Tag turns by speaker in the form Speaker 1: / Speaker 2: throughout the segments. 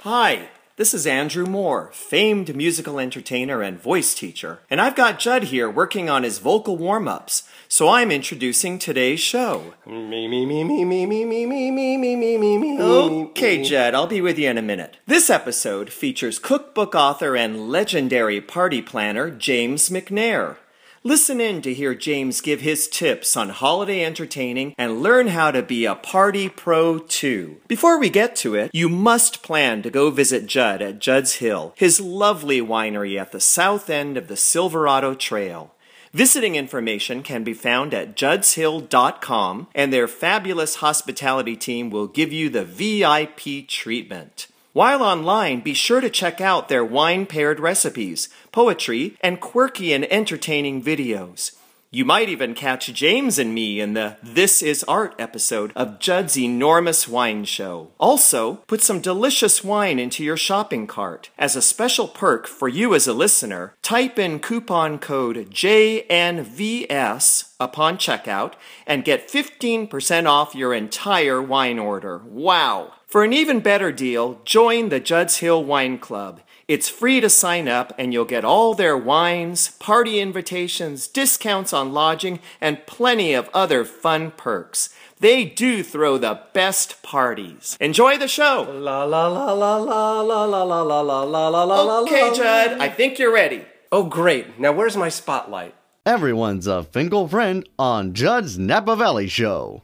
Speaker 1: Hi, this is Andrew Moore, famed musical entertainer and voice teacher, and I've got Judd here working on his vocal warm ups, so I'm introducing today's show.
Speaker 2: Me, me, me, me, me, me, me, me, me, me, me, me, me. Mm-hmm.
Speaker 1: Okay, Jed, I'll be with you in a minute. This episode features cookbook author and legendary party planner James McNair. Listen in to hear James give his tips on holiday entertaining and learn how to be a party pro too. Before we get to it, you must plan to go visit Judd at Judd's Hill, his lovely winery at the south end of the Silverado Trail. Visiting information can be found at judshill.com, and their fabulous hospitality team will give you the VIP treatment. While online, be sure to check out their wine paired recipes, poetry, and quirky and entertaining videos. You might even catch James and me in the This Is Art episode of Judd's enormous wine show. Also, put some delicious wine into your shopping cart. As a special perk for you as a listener, type in coupon code JNVS upon checkout and get 15% off your entire wine order. Wow! For an even better deal, join the Judd's Hill Wine Club. It's free to sign up, and you'll get all their wines, party invitations, discounts on lodging, and plenty of other fun perks. They do throw the best parties. Enjoy the show!
Speaker 2: La, la, la, la, la, la, la, la, la, la, la, la, la, la,
Speaker 1: Okay,
Speaker 2: la.
Speaker 1: Judd, I think you're ready.
Speaker 2: Oh, great. Now where's my spotlight?
Speaker 3: Everyone's a Finkel friend on Judd's Napa Valley Show.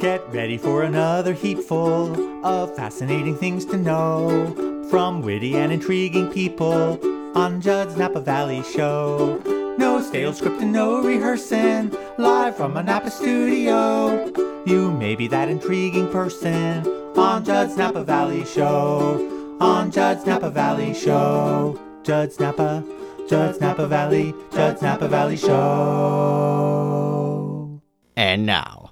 Speaker 4: Get ready for another heap full of fascinating things to know from witty and intriguing people on Judd's Napa Valley Show. No stale script and no rehearsing, live from a Napa studio. You may be that intriguing person on Judd's Napa Valley Show. On Judd's Napa Valley Show. Judd's Napa, Judd's Napa Valley, Judd's Napa Valley Show.
Speaker 3: And now,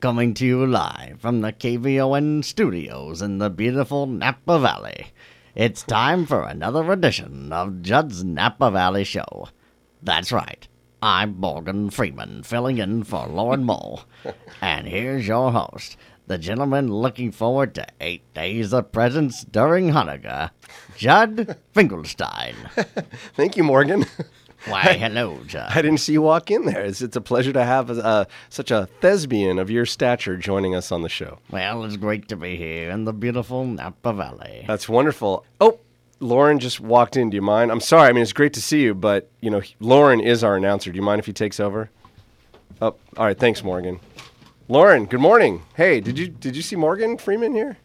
Speaker 3: coming to you live from the KVON studios in the beautiful Napa Valley, it's time for another edition of Judd's Napa Valley Show. That's right, I'm Morgan Freeman, filling in for Lauren Mole. and here's your host, the gentleman looking forward to eight days of presents during Hanukkah, Judd Finkelstein.
Speaker 2: Thank you, Morgan.
Speaker 3: Why, hello, Judd.
Speaker 2: I didn't see you walk in there. It's, it's a pleasure to have uh, such a thespian of your stature joining us on the show.
Speaker 3: Well, it's great to be here in the beautiful Napa Valley.
Speaker 2: That's wonderful. Oh, Lauren just walked in. Do you mind? I'm sorry. I mean, it's great to see you, but you know, Lauren is our announcer. Do you mind if he takes over? Oh, all right. Thanks, Morgan. Lauren, good morning. Hey, did you did you see Morgan Freeman here?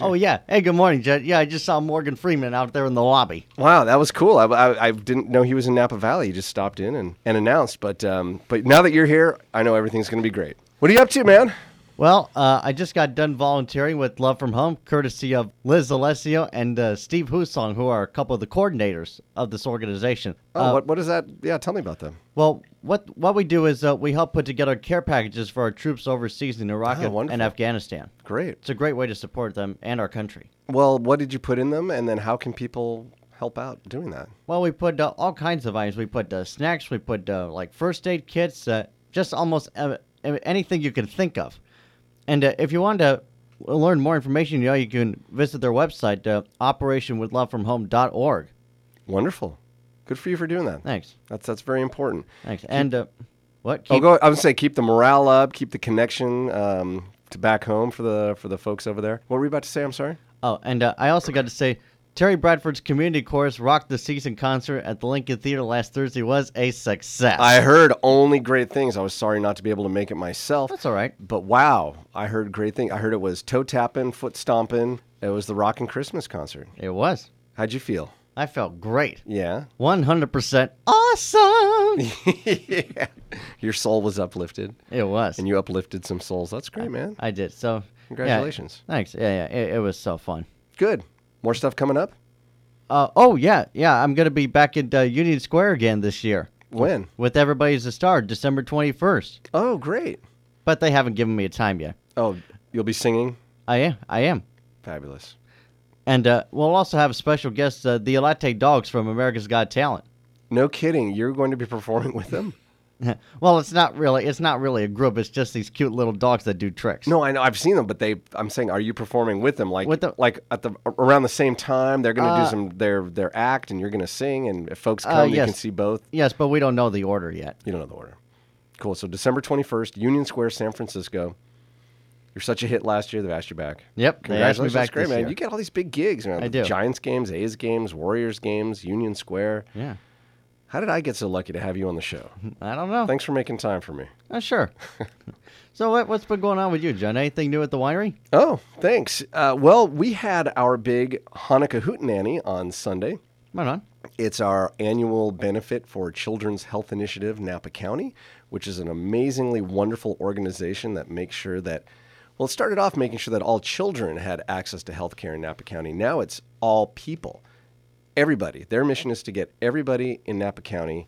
Speaker 3: Oh yeah. Hey, good morning, Judd. Yeah, I just saw Morgan Freeman out there in the lobby.
Speaker 2: Wow, that was cool. I, I, I didn't know he was in Napa Valley. He just stopped in and, and announced. But um, but now that you're here, I know everything's going to be great. What are you up to, man?
Speaker 3: Well, uh, I just got done volunteering with Love from Home, courtesy of Liz Alessio and uh, Steve Husong, who are a couple of the coordinators of this organization. Uh,
Speaker 2: Oh, what what is that? Yeah, tell me about them.
Speaker 3: Well, what what we do is uh, we help put together care packages for our troops overseas in Iraq
Speaker 2: Oh,
Speaker 3: and
Speaker 2: wonderful.
Speaker 3: Afghanistan.
Speaker 2: Great.
Speaker 3: It's a great way to support them and our country.
Speaker 2: Well, what did you put in them, and then how can people help out doing that?
Speaker 3: Well, we put uh, all kinds of items. We put uh, snacks. We put uh, like first aid kits. Uh, just almost uh, anything you can think of. And uh, if you want to learn more information, you know, you can visit their website, uh, operationwithlovefromhome.org.
Speaker 2: Wonderful. Good for you for doing that.
Speaker 3: Thanks.
Speaker 2: That's that's very important.
Speaker 3: Thanks. And uh, what?
Speaker 2: Oh,
Speaker 3: Keep-
Speaker 2: go. I would say keep the morale up, keep the connection um, to back home for the for the folks over there. What were we about to say? I'm sorry.
Speaker 3: oh, and uh, I also got to say, Terry Bradford's community chorus rocked the season concert at the Lincoln Theater last Thursday was a success.
Speaker 2: I heard only great things. I was sorry not to be able to make it myself.
Speaker 3: That's all right.
Speaker 2: But wow, I heard great things. I heard it was toe tapping, foot stomping. It was the Rockin' Christmas concert.
Speaker 3: It was.
Speaker 2: How'd you feel?
Speaker 3: I felt great.
Speaker 2: Yeah,
Speaker 3: 100% awesome.
Speaker 2: your soul was uplifted,
Speaker 3: it was.
Speaker 2: and you uplifted some souls. That's great, man.
Speaker 3: I did. So yeah,
Speaker 2: Congratulations.
Speaker 3: thanks. Yeah, yeah. It, it was so fun.
Speaker 2: Good. More stuff coming up.
Speaker 3: Uh, oh yeah, yeah. I'm gonna be back at uh, Union Square again this year
Speaker 2: When?
Speaker 3: with Everybody's a Star, December 21st.
Speaker 2: Oh, great.
Speaker 3: But they haven't given me a time yet.
Speaker 2: Oh, you'll be singing.
Speaker 3: I am. I am.
Speaker 2: Fabulous.
Speaker 3: And uh, we'll also have special guests, uh, the Alate Dogs from America's Got Talent.
Speaker 2: No kidding. You're going to be performing with them.
Speaker 3: well, it's not really. It's not really a group. It's just these cute little dogs that do tricks.
Speaker 2: No, I know I've seen them, but they. I'm saying, are you performing with them? Like,
Speaker 3: With the-
Speaker 2: like at the around the same time, they're going to
Speaker 3: Uh,
Speaker 2: do some their their act, and you're going to sing, and if folks
Speaker 3: Uh,
Speaker 2: come, you
Speaker 3: yes.
Speaker 2: can see both.
Speaker 3: Yes, but we don't know the order yet.
Speaker 2: You don't know the order. Cool. So December 21st, Union Square, San Francisco. You're such a hit last year. They've asked you back.
Speaker 3: Yep, they asked me
Speaker 2: Congratulations.
Speaker 3: back
Speaker 2: That's great,
Speaker 3: this
Speaker 2: man.
Speaker 3: year.
Speaker 2: You get all these big gigs. Man.
Speaker 3: I
Speaker 2: The
Speaker 3: do.
Speaker 2: Giants games, A's games, Warriors games, Union Square.
Speaker 3: Yeah,
Speaker 2: How did I get so lucky to have you on the show?
Speaker 3: I don't know.
Speaker 2: Thanks for making time for me.
Speaker 3: Uh, sure. so what, what's been going on with you, John? Anything new at the winery?
Speaker 2: Oh, thanks. Uh, well, we had our big Hanukkah hootenanny on Sunday.
Speaker 3: Right on.
Speaker 2: It's our annual benefit for Children's Health Initiative Napa County, which is an amazingly wonderful organization that makes sure that, well, it started off making sure that all children had access to health care in Napa County. Now it's all people, everybody. Their mission is to get everybody in Napa County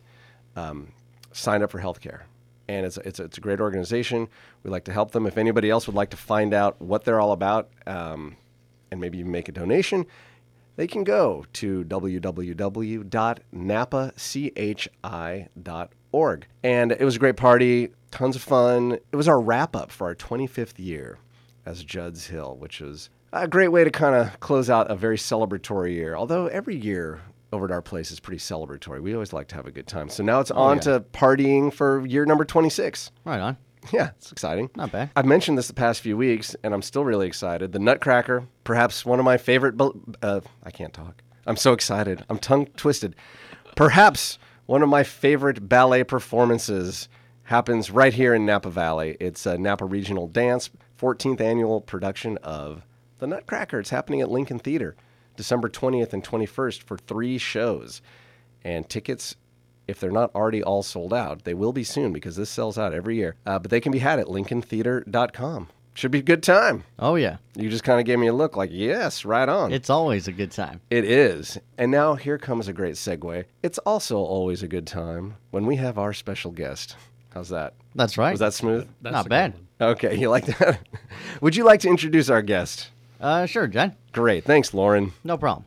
Speaker 2: um, signed up for health care. And it's, it's, it's a great organization. We like to help them. If anybody else would like to find out what they're all about um, and maybe even make a donation, they can go to www.napachi.org. And it was a great party, tons of fun. It was our wrap up for our 25th year as Judd's Hill, which was a great way to kind of close out a very celebratory year. Although every year over at our place is pretty celebratory. We always like to have a good time. So now it's on to partying for year number 26.
Speaker 3: Right on.
Speaker 2: Yeah, it's exciting.
Speaker 3: Not bad.
Speaker 2: I've mentioned this the past few weeks, and I'm still really excited. The Nutcracker, perhaps one of my favorite. bel- Uh, I can't talk. I'm so excited. I'm tongue twisted. Perhaps one of my favorite ballet performances happens right here in Napa Valley. It's a Napa Regional Dance 14th annual production of The Nutcracker. It's happening at Lincoln Theater, December 20th and 21st for three shows, and tickets if they're not already all sold out, they will be soon because this sells out every year. Uh, but they can be had at LincolnTheater.com. Should be a good time.
Speaker 3: Oh yeah,
Speaker 2: You just kind of gave me a look like, yes, right on.
Speaker 3: it's always a good time.
Speaker 2: it is. And now here comes a great segue. It's also always a good time when we have our special guest. How's that?
Speaker 3: That's right.
Speaker 2: Was that smooth?
Speaker 5: That's
Speaker 3: Not
Speaker 5: a good
Speaker 3: bad.
Speaker 5: one.
Speaker 2: Okay, you like that? Would you like to introduce our guest?
Speaker 3: Uh, sure, John.
Speaker 2: Great. Thanks, Lauren.
Speaker 3: No problem.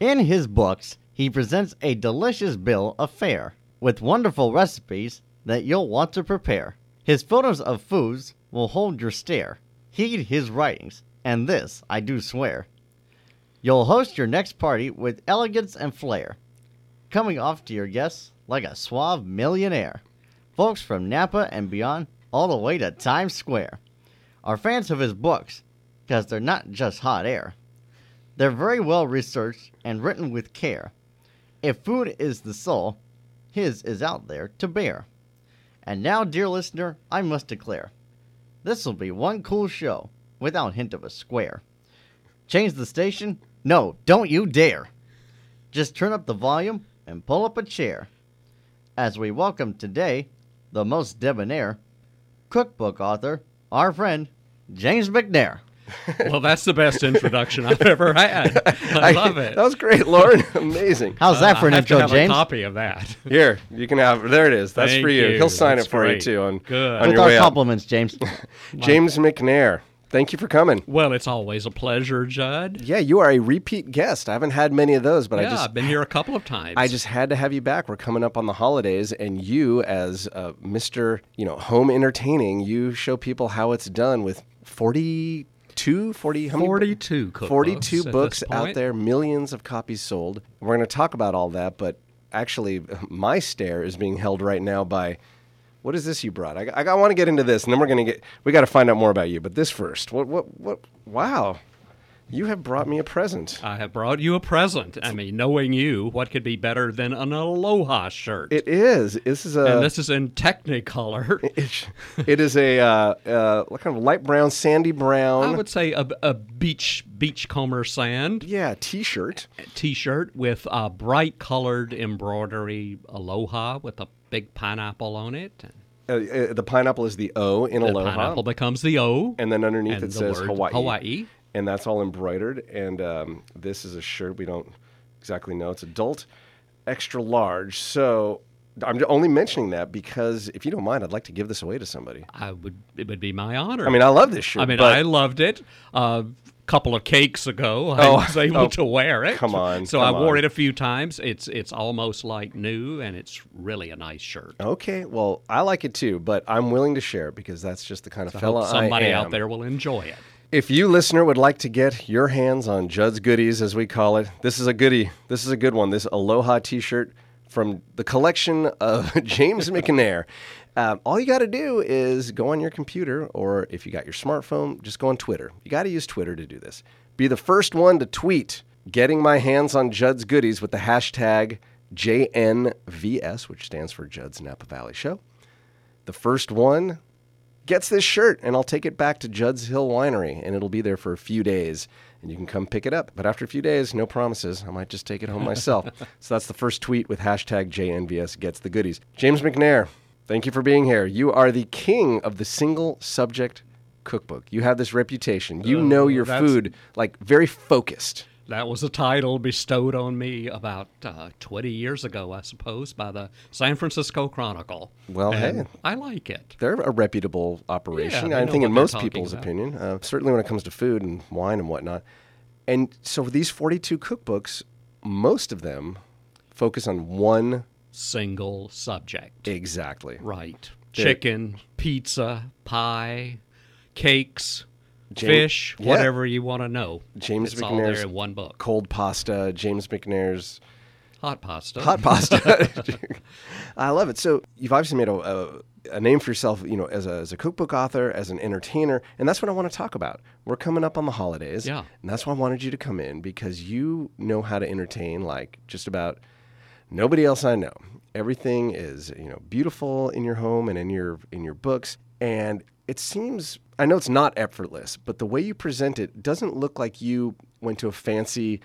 Speaker 3: In his books, he presents a delicious bill of fare with wonderful recipes that you'll want to prepare. His photos of foods will hold your stare. Heed his writings, and this I do swear. You'll host your next party with elegance and flair, coming off to your guests like a suave millionaire. Folks from Napa and beyond, all the way to Times Square, are fans of his books because they're not just hot air. They're very well researched and written with care. If food is the soul, his is out there to bear. And now, dear listener, I must declare this will be one cool show without hint of a square. Change the station? No, don't you dare! Just turn up the volume and pull up a chair as we welcome today the most debonair cookbook author, our friend, James McNair.
Speaker 5: Well, that's the best introduction I've ever had. I love it.
Speaker 2: That was great, Lauren. Amazing.
Speaker 3: How's that
Speaker 5: Uh, I
Speaker 3: for an
Speaker 5: have to
Speaker 3: intro,
Speaker 5: have
Speaker 3: James?
Speaker 5: a copy of that.
Speaker 2: Here, you can have. There it is. That's
Speaker 5: Thank
Speaker 2: for you.
Speaker 5: you.
Speaker 2: He'll sign
Speaker 5: That's
Speaker 2: it for you
Speaker 5: great.
Speaker 2: too on,
Speaker 5: Good.
Speaker 2: on
Speaker 3: With
Speaker 2: your
Speaker 3: our
Speaker 2: way out.
Speaker 3: compliments, James.
Speaker 2: James McNair, thank you for coming.
Speaker 5: Well, it's always a pleasure, Judd.
Speaker 2: Yeah, you are a repeat guest. I haven't had many of those, but I
Speaker 5: yeah,
Speaker 2: just
Speaker 5: I've been here a couple of times.
Speaker 2: I just had to have you back. We're coming up on the holidays, and you, as uh, Mister, you know, home entertaining, you show people how it's done with 42, 40, how many-
Speaker 5: 42 cookbooks
Speaker 2: 42
Speaker 5: at this
Speaker 2: books out
Speaker 5: point.
Speaker 2: there, millions of copies sold. We're going to talk about all that, but actually, my stare is being held right now by what is this you brought? I, I, want to get into this, and then we're going to get, we got to find out more about you, but this first. What, what, what, wow. You have brought me a present.
Speaker 5: I have brought you a present. I mean, knowing you, what could be better than an Aloha shirt?
Speaker 2: It is. This is
Speaker 5: and
Speaker 2: a.
Speaker 5: this is in Technicolor.
Speaker 2: It is a uh, uh, what kind of light brown, sandy brown.
Speaker 5: I would say a, a beach beachcomber sand
Speaker 2: yeah, T-shirt.
Speaker 5: T-shirt with a bright colored embroidery Aloha with a big pineapple on it.
Speaker 2: Uh, uh, the pineapple is the O in
Speaker 5: The
Speaker 2: Aloha,
Speaker 5: pineapple becomes the O.
Speaker 2: and then underneath
Speaker 5: and
Speaker 2: it
Speaker 5: the
Speaker 2: says
Speaker 5: word
Speaker 2: Hawaii.
Speaker 5: Hawaii.
Speaker 2: and that's all embroidered. And um, this is a shirt we don't exactly know. It's adult, extra large. So I'm only mentioning that because if you don't mind, I'd like to give this away to somebody.
Speaker 5: I would. It would be my honor.
Speaker 2: I mean, I love this shirt.
Speaker 5: I mean,
Speaker 2: but
Speaker 5: I loved it. Uh, couple of cakes ago, I
Speaker 2: Oh,
Speaker 5: was able
Speaker 2: oh,
Speaker 5: to wear it.
Speaker 2: come on,
Speaker 5: So
Speaker 2: come
Speaker 5: I wore
Speaker 2: on.
Speaker 5: it a few times. It's it's almost like new, and it's really a nice shirt.
Speaker 2: Okay, well, I like it too, but I'm willing to share it because that's just the kind of
Speaker 5: I
Speaker 2: fella
Speaker 5: hope somebody
Speaker 2: I am.
Speaker 5: out there will enjoy it.
Speaker 2: If you listener would like to get your hands on Judd's goodies, as we call it, this is a goodie. This is a good one. This Aloha T-shirt from the collection of James McNair. Um, all you got to do is go on your computer, or if you got your smartphone, just go on Twitter. You got to use Twitter to do this. Be the first one to tweet getting my hands on Judd's goodies with the hashtag JNVS, which stands for Judd's Napa Valley Show. The first one gets this shirt and I'll take it back to Judd's Hill Winery and it'll be there for a few days and you can come pick it up. But after a few days, no promises. I might just take it home myself. so that's the first tweet with hashtag JNVS gets the goodies. James McNair, thank you for being here. You are the king of the single subject cookbook. You have this reputation. You know your
Speaker 5: Oh, that's-
Speaker 2: food like very focused.
Speaker 5: That was a title bestowed on me about uh, 20 years ago, I suppose, by the San Francisco Chronicle.
Speaker 2: Well,
Speaker 5: And
Speaker 2: hey.
Speaker 5: I like it.
Speaker 2: They're a reputable operation,
Speaker 5: they
Speaker 2: I
Speaker 5: know
Speaker 2: think,
Speaker 5: what
Speaker 2: in
Speaker 5: they're
Speaker 2: most
Speaker 5: talking
Speaker 2: people's
Speaker 5: about.
Speaker 2: opinion, uh, certainly when it comes to food and wine and whatnot. And so these 42 cookbooks, most of them focus on one
Speaker 5: Single subject.
Speaker 2: exactly.
Speaker 5: Right. Chicken, pizza, pie, cakes,
Speaker 2: Jam-
Speaker 5: fish,
Speaker 2: Yeah.
Speaker 5: whatever you want to know.
Speaker 2: James
Speaker 5: it's all there
Speaker 2: McNair's
Speaker 5: in one book.
Speaker 2: Cold pasta, James McNair's
Speaker 5: Hot pasta.
Speaker 2: hot pasta. I love it. So you've obviously made a, a, a name for yourself, you know, as a, as a cookbook author, as an entertainer, and that's what I want to talk about. We're coming up on the holidays,
Speaker 5: Yeah.
Speaker 2: and that's why I wanted you to come in because you know how to entertain like just about nobody else I know. Everything is you know beautiful in your home and in your in your books, and it seems I know it's not effortless, but the way you present it doesn't look like you went to a fancy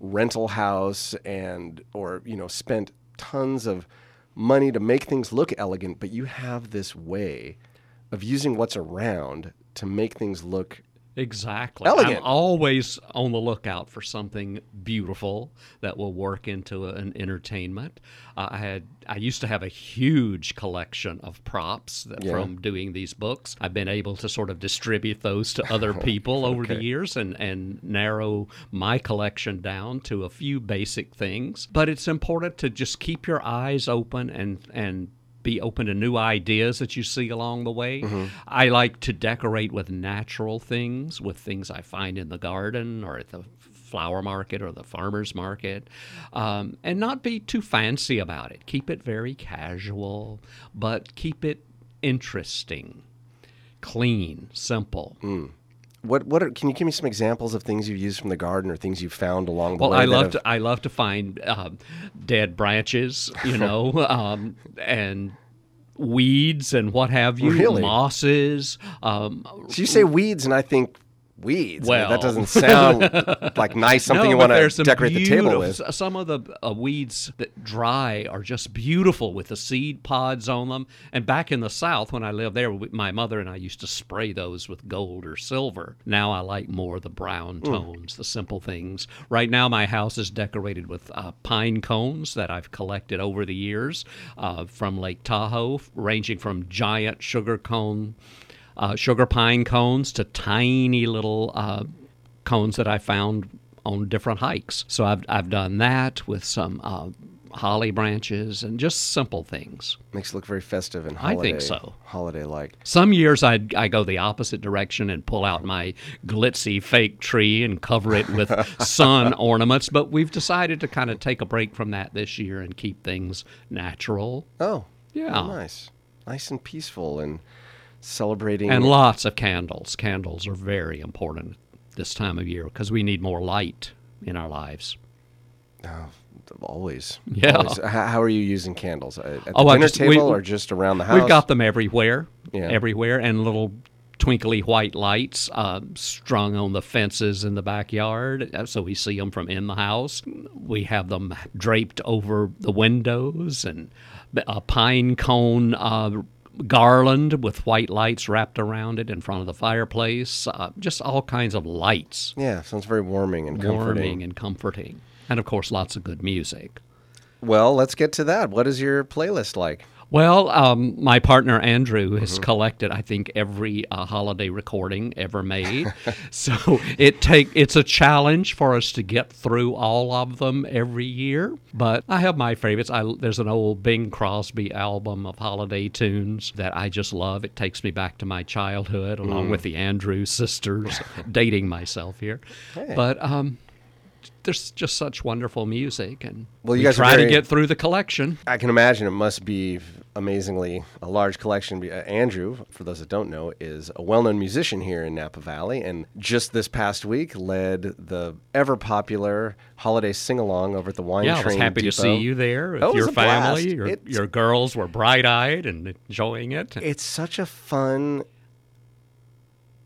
Speaker 2: rental house and or you know spent tons of money to make things look elegant, but you have this way of using what's around to make things look
Speaker 5: Exactly.
Speaker 2: Elegant.
Speaker 5: I'm always on the lookout for something beautiful that will work into an entertainment. Uh, I had I used to have a huge collection of props that, from doing these books. I've been able to sort of distribute those to other people over the years and and narrow my collection down to a few basic things. But it's important to just keep your eyes open and and be open to new ideas that you see along the way. I like to decorate with natural things, with things I find in the garden or at the flower market or the farmer's market, um, and not be too fancy about it. Keep it very casual, but keep it interesting, clean, simple.
Speaker 2: What what are, can you give me some examples of things you've used from the garden or things you've found along the
Speaker 5: Well,
Speaker 2: way?
Speaker 5: I
Speaker 2: that
Speaker 5: love
Speaker 2: have-
Speaker 5: to I love to find um, dead branches, you know, um, and weeds and what have you,
Speaker 2: Really?
Speaker 5: mosses, um,
Speaker 2: So you say weeds, and I think weeds. I mean,
Speaker 5: Well.
Speaker 2: that doesn't sound like nice. Something you
Speaker 5: but
Speaker 2: want
Speaker 5: there's
Speaker 2: to
Speaker 5: some
Speaker 2: decorate the table
Speaker 5: beautiful-
Speaker 2: with.
Speaker 5: s- Some of the uh, weeds that dry are just beautiful with the seed pods on them. And back in the South, when I lived there, we- my mother and I used to spray those with gold or silver. Now I like more the brown
Speaker 2: Hmm.
Speaker 5: tones, the simple things. Right now, my house is decorated with uh, pine cones that I've collected over the years uh, from Lake Tahoe, ranging from giant sugar cone. Uh, sugar pine cones to tiny little uh, cones that I found on different hikes. So I've, I've done that with some uh, holly branches and just simple things.
Speaker 2: Makes it look very festive and
Speaker 5: I
Speaker 2: holiday.
Speaker 5: think so.
Speaker 2: Holiday like.
Speaker 5: Some years I I go the opposite direction and pull out my glitzy fake tree and cover it with sun ornaments, but we've decided to kind of take a break from that this year and keep things natural
Speaker 2: Oh,
Speaker 5: Yeah.
Speaker 2: nice, nice and peaceful and celebrating.
Speaker 5: and lots of candles. Candles are very important this time of year because we need more light in our lives.
Speaker 2: always.
Speaker 5: Yeah.
Speaker 2: always. H- How are you using candles? Uh, At the
Speaker 5: Oh, I
Speaker 2: dinner
Speaker 5: just- we-
Speaker 2: table or just around the house?
Speaker 5: We've got them everywhere,
Speaker 2: Yeah.
Speaker 5: everywhere, and little twinkly white lights uh, strung on the fences in the backyard, uh, so we see them from in the house. We have them draped over the windows and uh, a pine cone. Uh, Garland with white lights wrapped around it in front of the fireplace, uh, just all kinds of lights,
Speaker 2: Yeah, sounds very warming and comforting.
Speaker 5: warming and comforting. And of course, lots of good music.
Speaker 2: Well, let's get to that. What is your playlist like?
Speaker 5: Well, um, my partner Andrew has
Speaker 2: Mm-hmm.
Speaker 5: collected, I think, every uh, holiday recording ever made. so it take it's a challenge for us to get through all of them every year. But I have my favorites. I, there's an old Bing Crosby album of holiday tunes that I just love. It takes me back to my childhood, along
Speaker 2: Mm.
Speaker 5: with the Andrew sisters, dating myself here. But um, there's just such wonderful music, and
Speaker 2: Well, you
Speaker 5: we
Speaker 2: guys are
Speaker 5: try
Speaker 2: very-
Speaker 5: to get through the collection.
Speaker 2: I can imagine it must be amazingly a large collection. Uh, Andrew, for those that don't know, is a well known musician here in Napa Valley, and just this past week led the ever popular holiday sing along over at the Wine
Speaker 5: Yeah, I
Speaker 2: Train.
Speaker 5: was happy to
Speaker 2: Depot.
Speaker 5: see you there with
Speaker 2: Oh, it was
Speaker 5: your
Speaker 2: a blast.
Speaker 5: family. Your,
Speaker 2: It's-
Speaker 5: your girls were bright eyed and enjoying it.
Speaker 2: It's such a fun.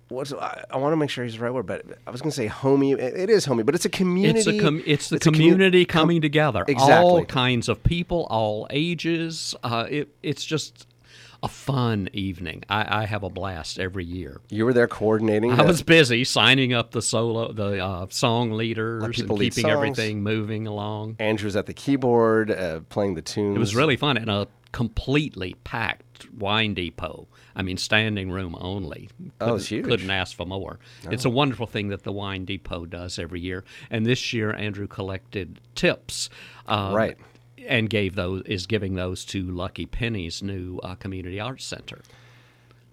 Speaker 2: What's I, I want to make sure he's the right word, but I was going to say homey. It- it is homey, but it's a community.
Speaker 5: It's a com- it's the
Speaker 2: a commu-
Speaker 5: community coming together.
Speaker 2: Exactly.
Speaker 5: All kinds of people, all ages. Uh, it, it's just a fun evening. I, I have a blast every year.
Speaker 2: you were there coordinating.
Speaker 5: I
Speaker 2: the-
Speaker 5: was busy signing up the solo, the uh, song leaders,
Speaker 2: people
Speaker 5: and
Speaker 2: lead
Speaker 5: keeping
Speaker 2: songs.
Speaker 5: everything moving along.
Speaker 2: Andrew's at the keyboard uh, playing the tunes.
Speaker 5: It was really fun in a completely packed wine depot. I mean, standing room only.
Speaker 2: Oh, it's
Speaker 5: Couldn't-
Speaker 2: huge. Oh.
Speaker 5: Couldn't ask for more. It's a wonderful thing that the wine depot does every year. And this year, Andrew collected tips. um,
Speaker 2: Right.
Speaker 5: And gave those is giving those to Lucky Penny's new uh, community arts center.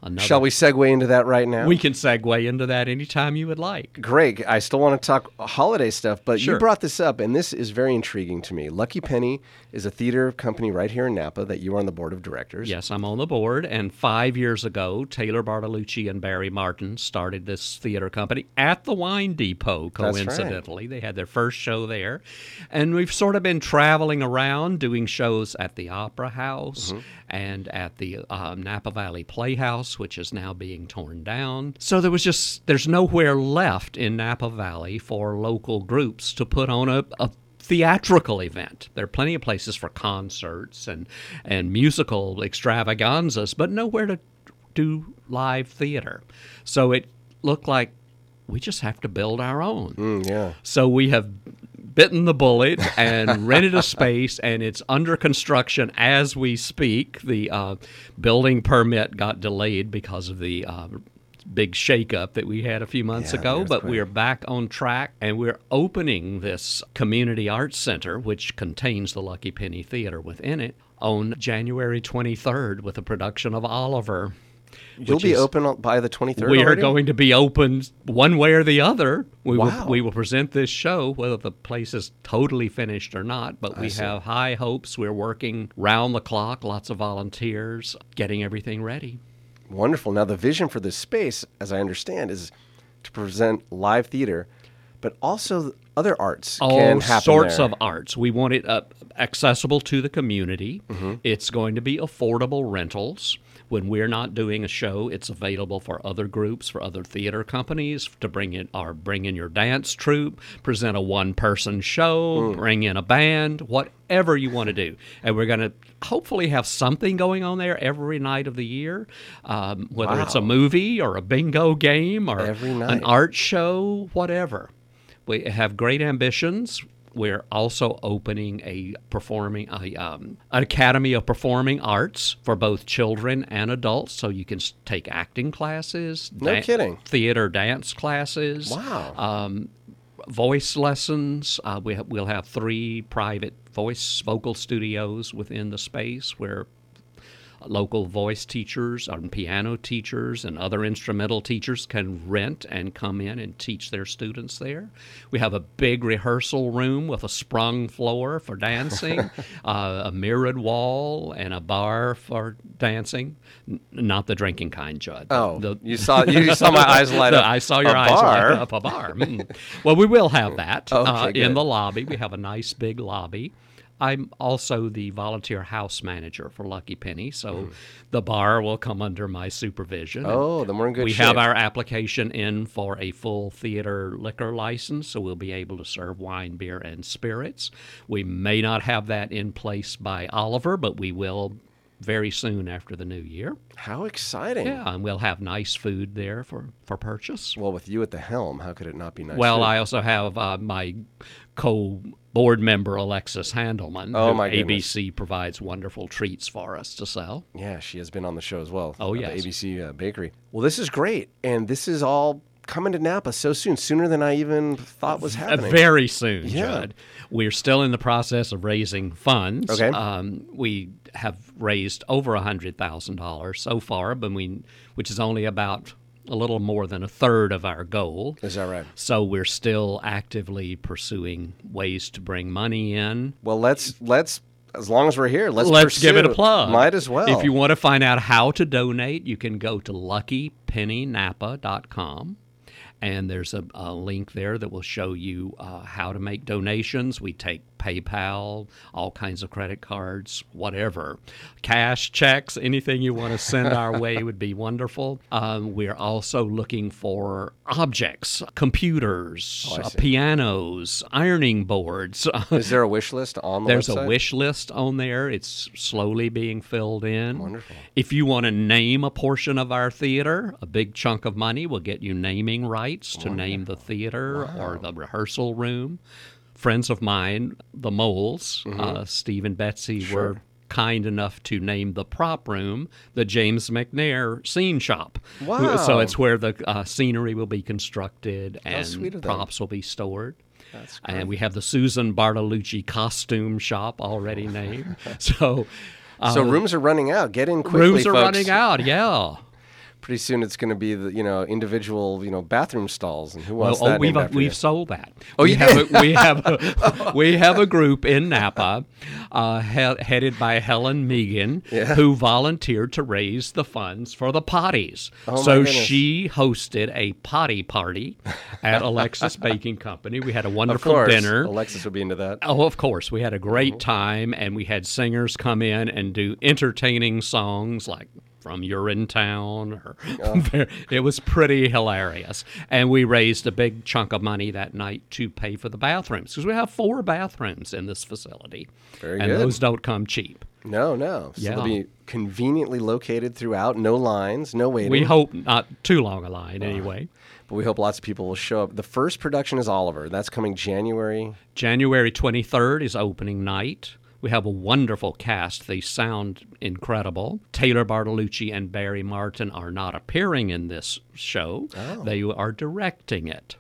Speaker 5: Another,
Speaker 2: Shall we segue into that right now?
Speaker 5: We can segue into that anytime you would like.
Speaker 2: Greg, I still want to talk holiday stuff, but you
Speaker 5: Sure.
Speaker 2: brought this up, and this is very intriguing to me. Lucky Penny is a theater company right here in Napa that you are on the board of directors.
Speaker 5: Yes, I'm on the board. And five years ago, Taylor Bartolucci and Barry Martin started this theater company at the Wine Depot,
Speaker 2: That's right.
Speaker 5: coincidentally. They had their first show there. And we've sort of been traveling around doing shows at the Opera House
Speaker 2: Mm-hmm.
Speaker 5: and at the um, Napa Valley Playhouse, which is now being torn down. So there was just, there's nowhere left in Napa Valley for local groups to put on a, a theatrical event. There are plenty of places for concerts and and musical extravaganzas, but nowhere to do live theater. So it looked like we just have to build our own.
Speaker 2: Mm, yeah.
Speaker 5: So we have bitten the bullet and rented a space, and it's under construction as we speak. The uh, building permit got delayed because of the uh, big shakeup that we had a few months
Speaker 2: Yeah, the
Speaker 5: ago, but
Speaker 2: earthquake.
Speaker 5: we are back on track, and we're opening this community arts center, which contains the Lucky Penny Theater within it, on January 23rd with a production of Oliver.
Speaker 2: You'll
Speaker 5: which
Speaker 2: be
Speaker 5: is-
Speaker 2: open on- by the 23rd.
Speaker 5: we are
Speaker 2: already?
Speaker 5: going to be open one way or the other. We
Speaker 2: Wow.
Speaker 5: will we will present this show whether the place is totally finished or not, but we have high hopes. We're working round the clock, lots of volunteers, getting everything ready.
Speaker 2: Wonderful. Now, the vision for this space, as I understand, is to present live theater, but also other arts
Speaker 5: all
Speaker 2: can happen
Speaker 5: sorts
Speaker 2: there.
Speaker 5: of arts. We want it uh, accessible to the community.
Speaker 2: Mm-hmm.
Speaker 5: It's going to be affordable rentals. When we're not doing a show, it's available for other groups, for other theater companies to bring in or bring in your dance troupe, present a one-person show,
Speaker 2: Mm.
Speaker 5: bring in a band, whatever you want to do. And we're going to hopefully have something going on there every night of the year, um, whether it's a movie or a bingo game or
Speaker 2: Every night.
Speaker 5: an art show, whatever. We have great ambitions. We're also opening a performing a, um, an academy of performing arts for both children and adults, so you can s- take acting classes,
Speaker 2: No kidding.
Speaker 5: theater dance classes,
Speaker 2: Wow.
Speaker 5: uh, voice lessons. Uh, we ha- we'll have three private voice vocal studios within the space where local voice teachers and piano teachers and other instrumental teachers can rent and come in and teach their students there. We have a big rehearsal room with a sprung floor for dancing, uh, a mirrored wall, and a bar for dancing. N- not the drinking kind, Judd.
Speaker 2: oh,
Speaker 5: The-
Speaker 2: you saw you saw my eyes light
Speaker 5: no,
Speaker 2: up.
Speaker 5: I saw your
Speaker 2: A
Speaker 5: eyes
Speaker 2: bar?
Speaker 5: light up a bar. Mm. well, we will have that uh,
Speaker 2: Okay,
Speaker 5: in
Speaker 2: good.
Speaker 5: the lobby. We have a nice big lobby. I'm also the volunteer house manager for Lucky Penny, so the bar will come under my supervision.
Speaker 2: Hmm. Oh, then we're in good
Speaker 5: we
Speaker 2: shape.
Speaker 5: have our application in for a full theater liquor license, so we'll be able to serve wine, beer, and spirits. We may not have that in place by Oliver, but we will very soon after the new year.
Speaker 2: How exciting.
Speaker 5: Yeah, and we'll have nice food there for, for purchase.
Speaker 2: Well, with you at the helm, how could it not be nice?
Speaker 5: Well,
Speaker 2: food?
Speaker 5: I also have uh, my co board member, Alexis Handelman.
Speaker 2: Oh,
Speaker 5: who
Speaker 2: my goodness.
Speaker 5: ABC provides wonderful treats for us to sell.
Speaker 2: Yeah, she has been on the show as well.
Speaker 5: Oh,
Speaker 2: at
Speaker 5: yes.
Speaker 2: The ABC uh, Bakery. Well, this is great. And this is all coming to Napa so soon, sooner than I even thought was
Speaker 5: Uh,
Speaker 2: happening.
Speaker 5: very soon,
Speaker 2: Yeah.
Speaker 5: Judd. We're still in the process of raising funds.
Speaker 2: Okay.
Speaker 5: Um, we have raised over $100,000 so far, but we, which is only about a little more than a third of our goal.
Speaker 2: Is that right?
Speaker 5: So we're still actively pursuing ways to bring money in.
Speaker 2: Well, let's, let's, as long as we're here, let's,
Speaker 5: Let's give it a
Speaker 2: pursue.
Speaker 5: plug.
Speaker 2: Might as well.
Speaker 5: If you want to find out how to donate, you can go to luckypennynapa.com. And there's a, a link there that will show you uh, how to make donations. We take PayPal, all kinds of credit cards, whatever. Cash, checks, anything you want to send our way would be wonderful. Um, we're also looking for objects, computers,
Speaker 2: Oh,
Speaker 5: uh, pianos, ironing boards, uh,
Speaker 2: Is there a wish list on the
Speaker 5: there's
Speaker 2: website?
Speaker 5: a wish list on there. It's slowly being filled in. Wonderful. If you want to name a portion of our theater, a big chunk of money will get you naming rights to name the theater or the rehearsal room. Friends of mine, the Moles,
Speaker 2: Mm-hmm.
Speaker 5: uh, Steve and Betsy, were kind enough to name the prop room the James McNair Scene Shop.
Speaker 2: Wow.
Speaker 5: So it's where the uh, scenery will be constructed and
Speaker 2: sweet of them.
Speaker 5: props will be stored. And we have the Susan Bartolucci costume shop
Speaker 2: Oh.
Speaker 5: already named. So uh,
Speaker 2: So rooms are running out. Get in quickly,
Speaker 5: rooms are
Speaker 2: folks.
Speaker 5: running out. Yeah.
Speaker 2: Pretty soon it's going to be the you know individual you know bathroom stalls and who
Speaker 5: Well,
Speaker 2: wants
Speaker 5: oh,
Speaker 2: that?
Speaker 5: we've
Speaker 2: named after you?
Speaker 5: we've sold that. Oh, we have a, we have a, we have a group in Napa, uh, he- headed by Helen Megan, who volunteered to raise the funds for the potties.
Speaker 2: Oh, my
Speaker 5: so
Speaker 2: goodness.
Speaker 5: she hosted a potty party at Alexis Baking Company. We had a
Speaker 2: Of
Speaker 5: wonderful
Speaker 2: course,
Speaker 5: dinner.
Speaker 2: Alexis would be into that.
Speaker 5: Oh, of course. We had a
Speaker 2: Mm-hmm.
Speaker 5: great time, and we had singers come in and do entertaining songs like from You're in Town. Or It was pretty hilarious. And we raised a big chunk of money that night to pay for the bathrooms because we have four bathrooms in this facility.
Speaker 2: Very
Speaker 5: and
Speaker 2: good.
Speaker 5: those don't come cheap.
Speaker 2: No, no. So
Speaker 5: Yeah.
Speaker 2: they'll be conveniently located throughout. No lines, no waiting.
Speaker 5: We hope not too long a line, anyway.
Speaker 2: but we hope lots of people will show up. The first production is Oliver. That's coming January.
Speaker 5: January 23rd is opening night. We have a wonderful cast. They sound incredible. Taylor Bartolucci and Barry Martin are not appearing in this show, they are directing it.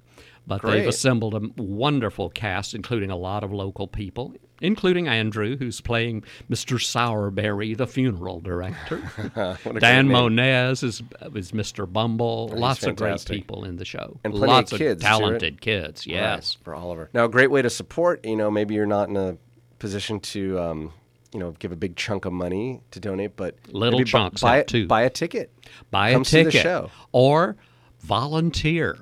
Speaker 5: But
Speaker 2: Oh. Great.
Speaker 5: they've assembled a wonderful cast, including a lot of local people, including Andrew, who's playing Mr. Sourberry, the funeral director.
Speaker 2: What a
Speaker 5: Dan
Speaker 2: great name.
Speaker 5: Monez is, is Mr. Bumble. Lots of great
Speaker 2: fantastic.
Speaker 5: people in the show.
Speaker 2: And plenty of
Speaker 5: Lots
Speaker 2: kids, too, right?
Speaker 5: talented kids, yes.
Speaker 2: Right, for Oliver. Now, a great way to support. You know, maybe you're not in a position to, um, you know, give a big chunk of money to donate, but
Speaker 5: Little
Speaker 2: maybe bu-
Speaker 5: chunks
Speaker 2: buy,
Speaker 5: up, too.
Speaker 2: Buy a ticket.
Speaker 5: buy
Speaker 2: Come
Speaker 5: a
Speaker 2: see the
Speaker 5: ticket
Speaker 2: show. Ah.
Speaker 5: or volunteer.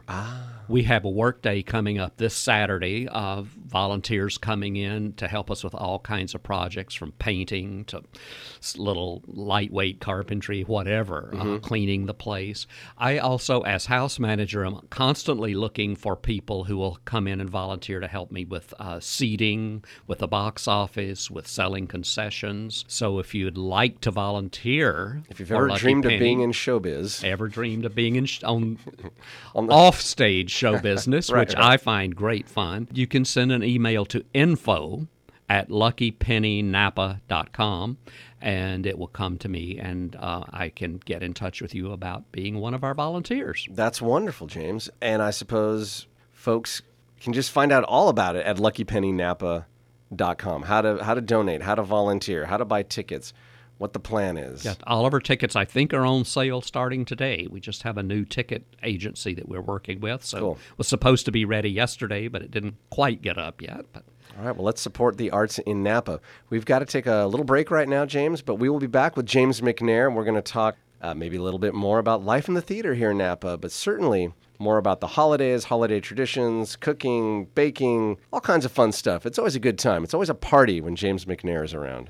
Speaker 5: We have a work day coming up this Saturday of volunteers coming in to help us with all kinds of projects from painting to s- little lightweight carpentry, whatever,
Speaker 2: Mm-hmm.
Speaker 5: uh, cleaning the place. I also, as house manager, am constantly looking for people who will come in and volunteer to help me with uh, seating, with the box office, with selling concessions. So if you'd like to volunteer,
Speaker 2: If you've
Speaker 5: for
Speaker 2: ever
Speaker 5: Lucky
Speaker 2: dreamed
Speaker 5: Penny,
Speaker 2: of being in showbiz,
Speaker 5: ever dreamed of being in sh- on,
Speaker 2: On the-
Speaker 5: off stage show business,
Speaker 2: Right,
Speaker 5: which
Speaker 2: right.
Speaker 5: I find great fun, you can send an email to info at luckypennynapa.com and it will come to me and uh, I can get in touch with you about being one of our volunteers.
Speaker 2: that's wonderful, James. And I suppose folks can just find out all about it at luckypennynapa.com. How to how to donate, how to volunteer, how to buy tickets, what the plan is.
Speaker 5: Yeah, all of our tickets, I think, are on sale starting today. We just have a new ticket agency that we're working with. So
Speaker 2: Cool.
Speaker 5: was supposed to be ready yesterday, but it didn't quite get up yet. But
Speaker 2: All right, well, let's support the arts in Napa. We've got to take a little break right now, James, but we will be back with James McNair, and we're going to talk uh, maybe a little bit more about life in the theater here in Napa, but certainly more about the holidays, holiday traditions, cooking, baking, all kinds of fun stuff. It's always a good time. It's always a party when James McNair is around.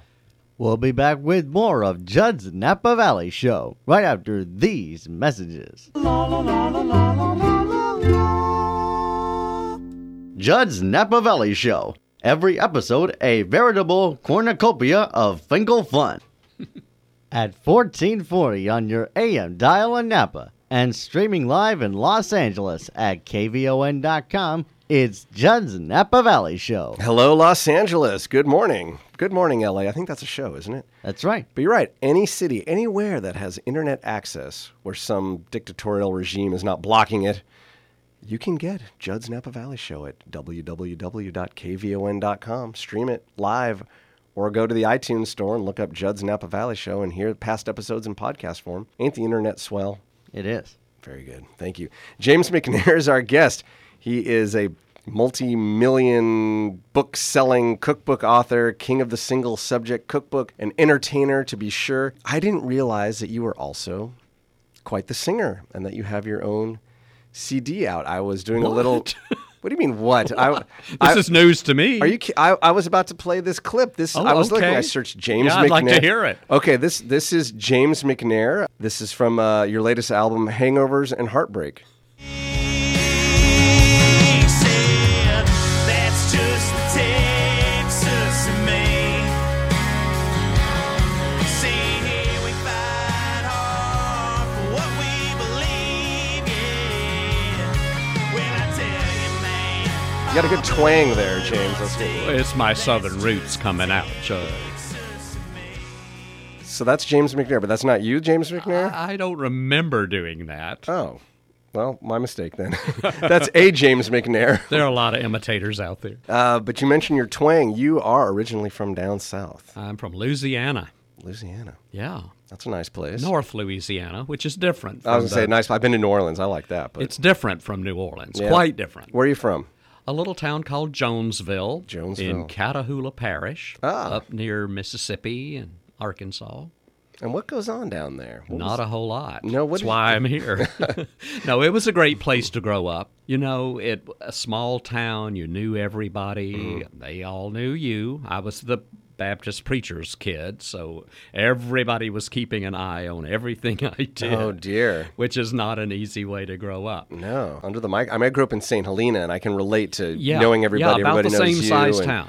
Speaker 3: We'll be back with more of Judd's Napa Valley Show right after these messages. Judd's Napa Valley Show. Every episode, a veritable cornucopia of Finkel fun. at 1440 on your AM dial in Napa and streaming live in Los Angeles at kvon.com. It's Judd's Napa Valley Show.
Speaker 2: Hello, Los Angeles. Good morning. Good morning, LA. I think that's a show, isn't it?
Speaker 3: That's right.
Speaker 2: But you're right. Any city, anywhere that has internet access where some dictatorial regime is not blocking it, you can get Judd's Napa Valley Show at www.kvon.com. Stream it live or go to the iTunes store and look up Judd's Napa Valley Show and hear past episodes in podcast form. Ain't the internet swell?
Speaker 3: It is.
Speaker 2: Very good. Thank you. James McNair is our guest. He is a multi million book selling cookbook author, king of the single subject cookbook, an entertainer to be sure. I didn't realize that you were also quite the singer and that you have your own CD out. I was doing a little. What do you mean? What? I,
Speaker 5: This
Speaker 2: I-
Speaker 5: is news to me.
Speaker 2: Are you? ki- I, I was about to play this clip. This
Speaker 5: Oh,
Speaker 2: I was looking.
Speaker 5: okay.
Speaker 2: I searched James.
Speaker 5: Yeah,
Speaker 2: McNair.
Speaker 5: I'd like to hear it.
Speaker 2: Okay, this this is James McNair. This is from uh, your latest album, Hangovers and Heartbreak.
Speaker 6: That's just the Texas in me. See, here we fight hard for what we believe in. Well, I tell you, man.
Speaker 2: You got a good twang there, James. That's good.
Speaker 5: It's my southern roots coming out, Chud.
Speaker 2: So that's James McNair, but that's not you, James McNair.
Speaker 5: I don't remember doing that.
Speaker 2: Oh, well, my mistake then. that's a James McNair.
Speaker 5: There are a lot of imitators out there.
Speaker 2: Uh, but you mentioned your twang. You are originally from down south,
Speaker 5: I'm from Louisiana.
Speaker 2: Louisiana.
Speaker 5: Yeah.
Speaker 2: That's a nice place.
Speaker 5: North Louisiana, which is different.
Speaker 2: I was
Speaker 5: from
Speaker 2: gonna say
Speaker 5: the-
Speaker 2: nice. I've been to New Orleans. I like that. But
Speaker 5: It's different from New Orleans.
Speaker 2: Yeah.
Speaker 5: Quite different.
Speaker 2: where are you from?
Speaker 5: a little town called Jonesville,
Speaker 2: Jonesville.
Speaker 5: in Catahoula Parish,
Speaker 2: Ah.
Speaker 5: up near Mississippi and Arkansas.
Speaker 2: And what goes on down there? What
Speaker 5: Not a whole lot.
Speaker 2: No, what
Speaker 5: That's
Speaker 2: did-
Speaker 5: why I'm here. no, it was a great place to grow up. You know, it a small town. You knew everybody.
Speaker 2: Mm-hmm.
Speaker 5: They all knew you. I was the Baptist preacher's kid, so everybody was keeping an eye on everything I did.
Speaker 2: Oh Mm, dear.
Speaker 5: Which is not an easy way to grow up.
Speaker 2: No, under the mic. I mean, I grew up in St. Helena, and I can relate to
Speaker 5: Yeah,
Speaker 2: knowing everybody.
Speaker 5: Yeah, about
Speaker 2: everybody
Speaker 5: the
Speaker 2: knows
Speaker 5: same
Speaker 2: you.
Speaker 5: size
Speaker 2: and-
Speaker 5: town.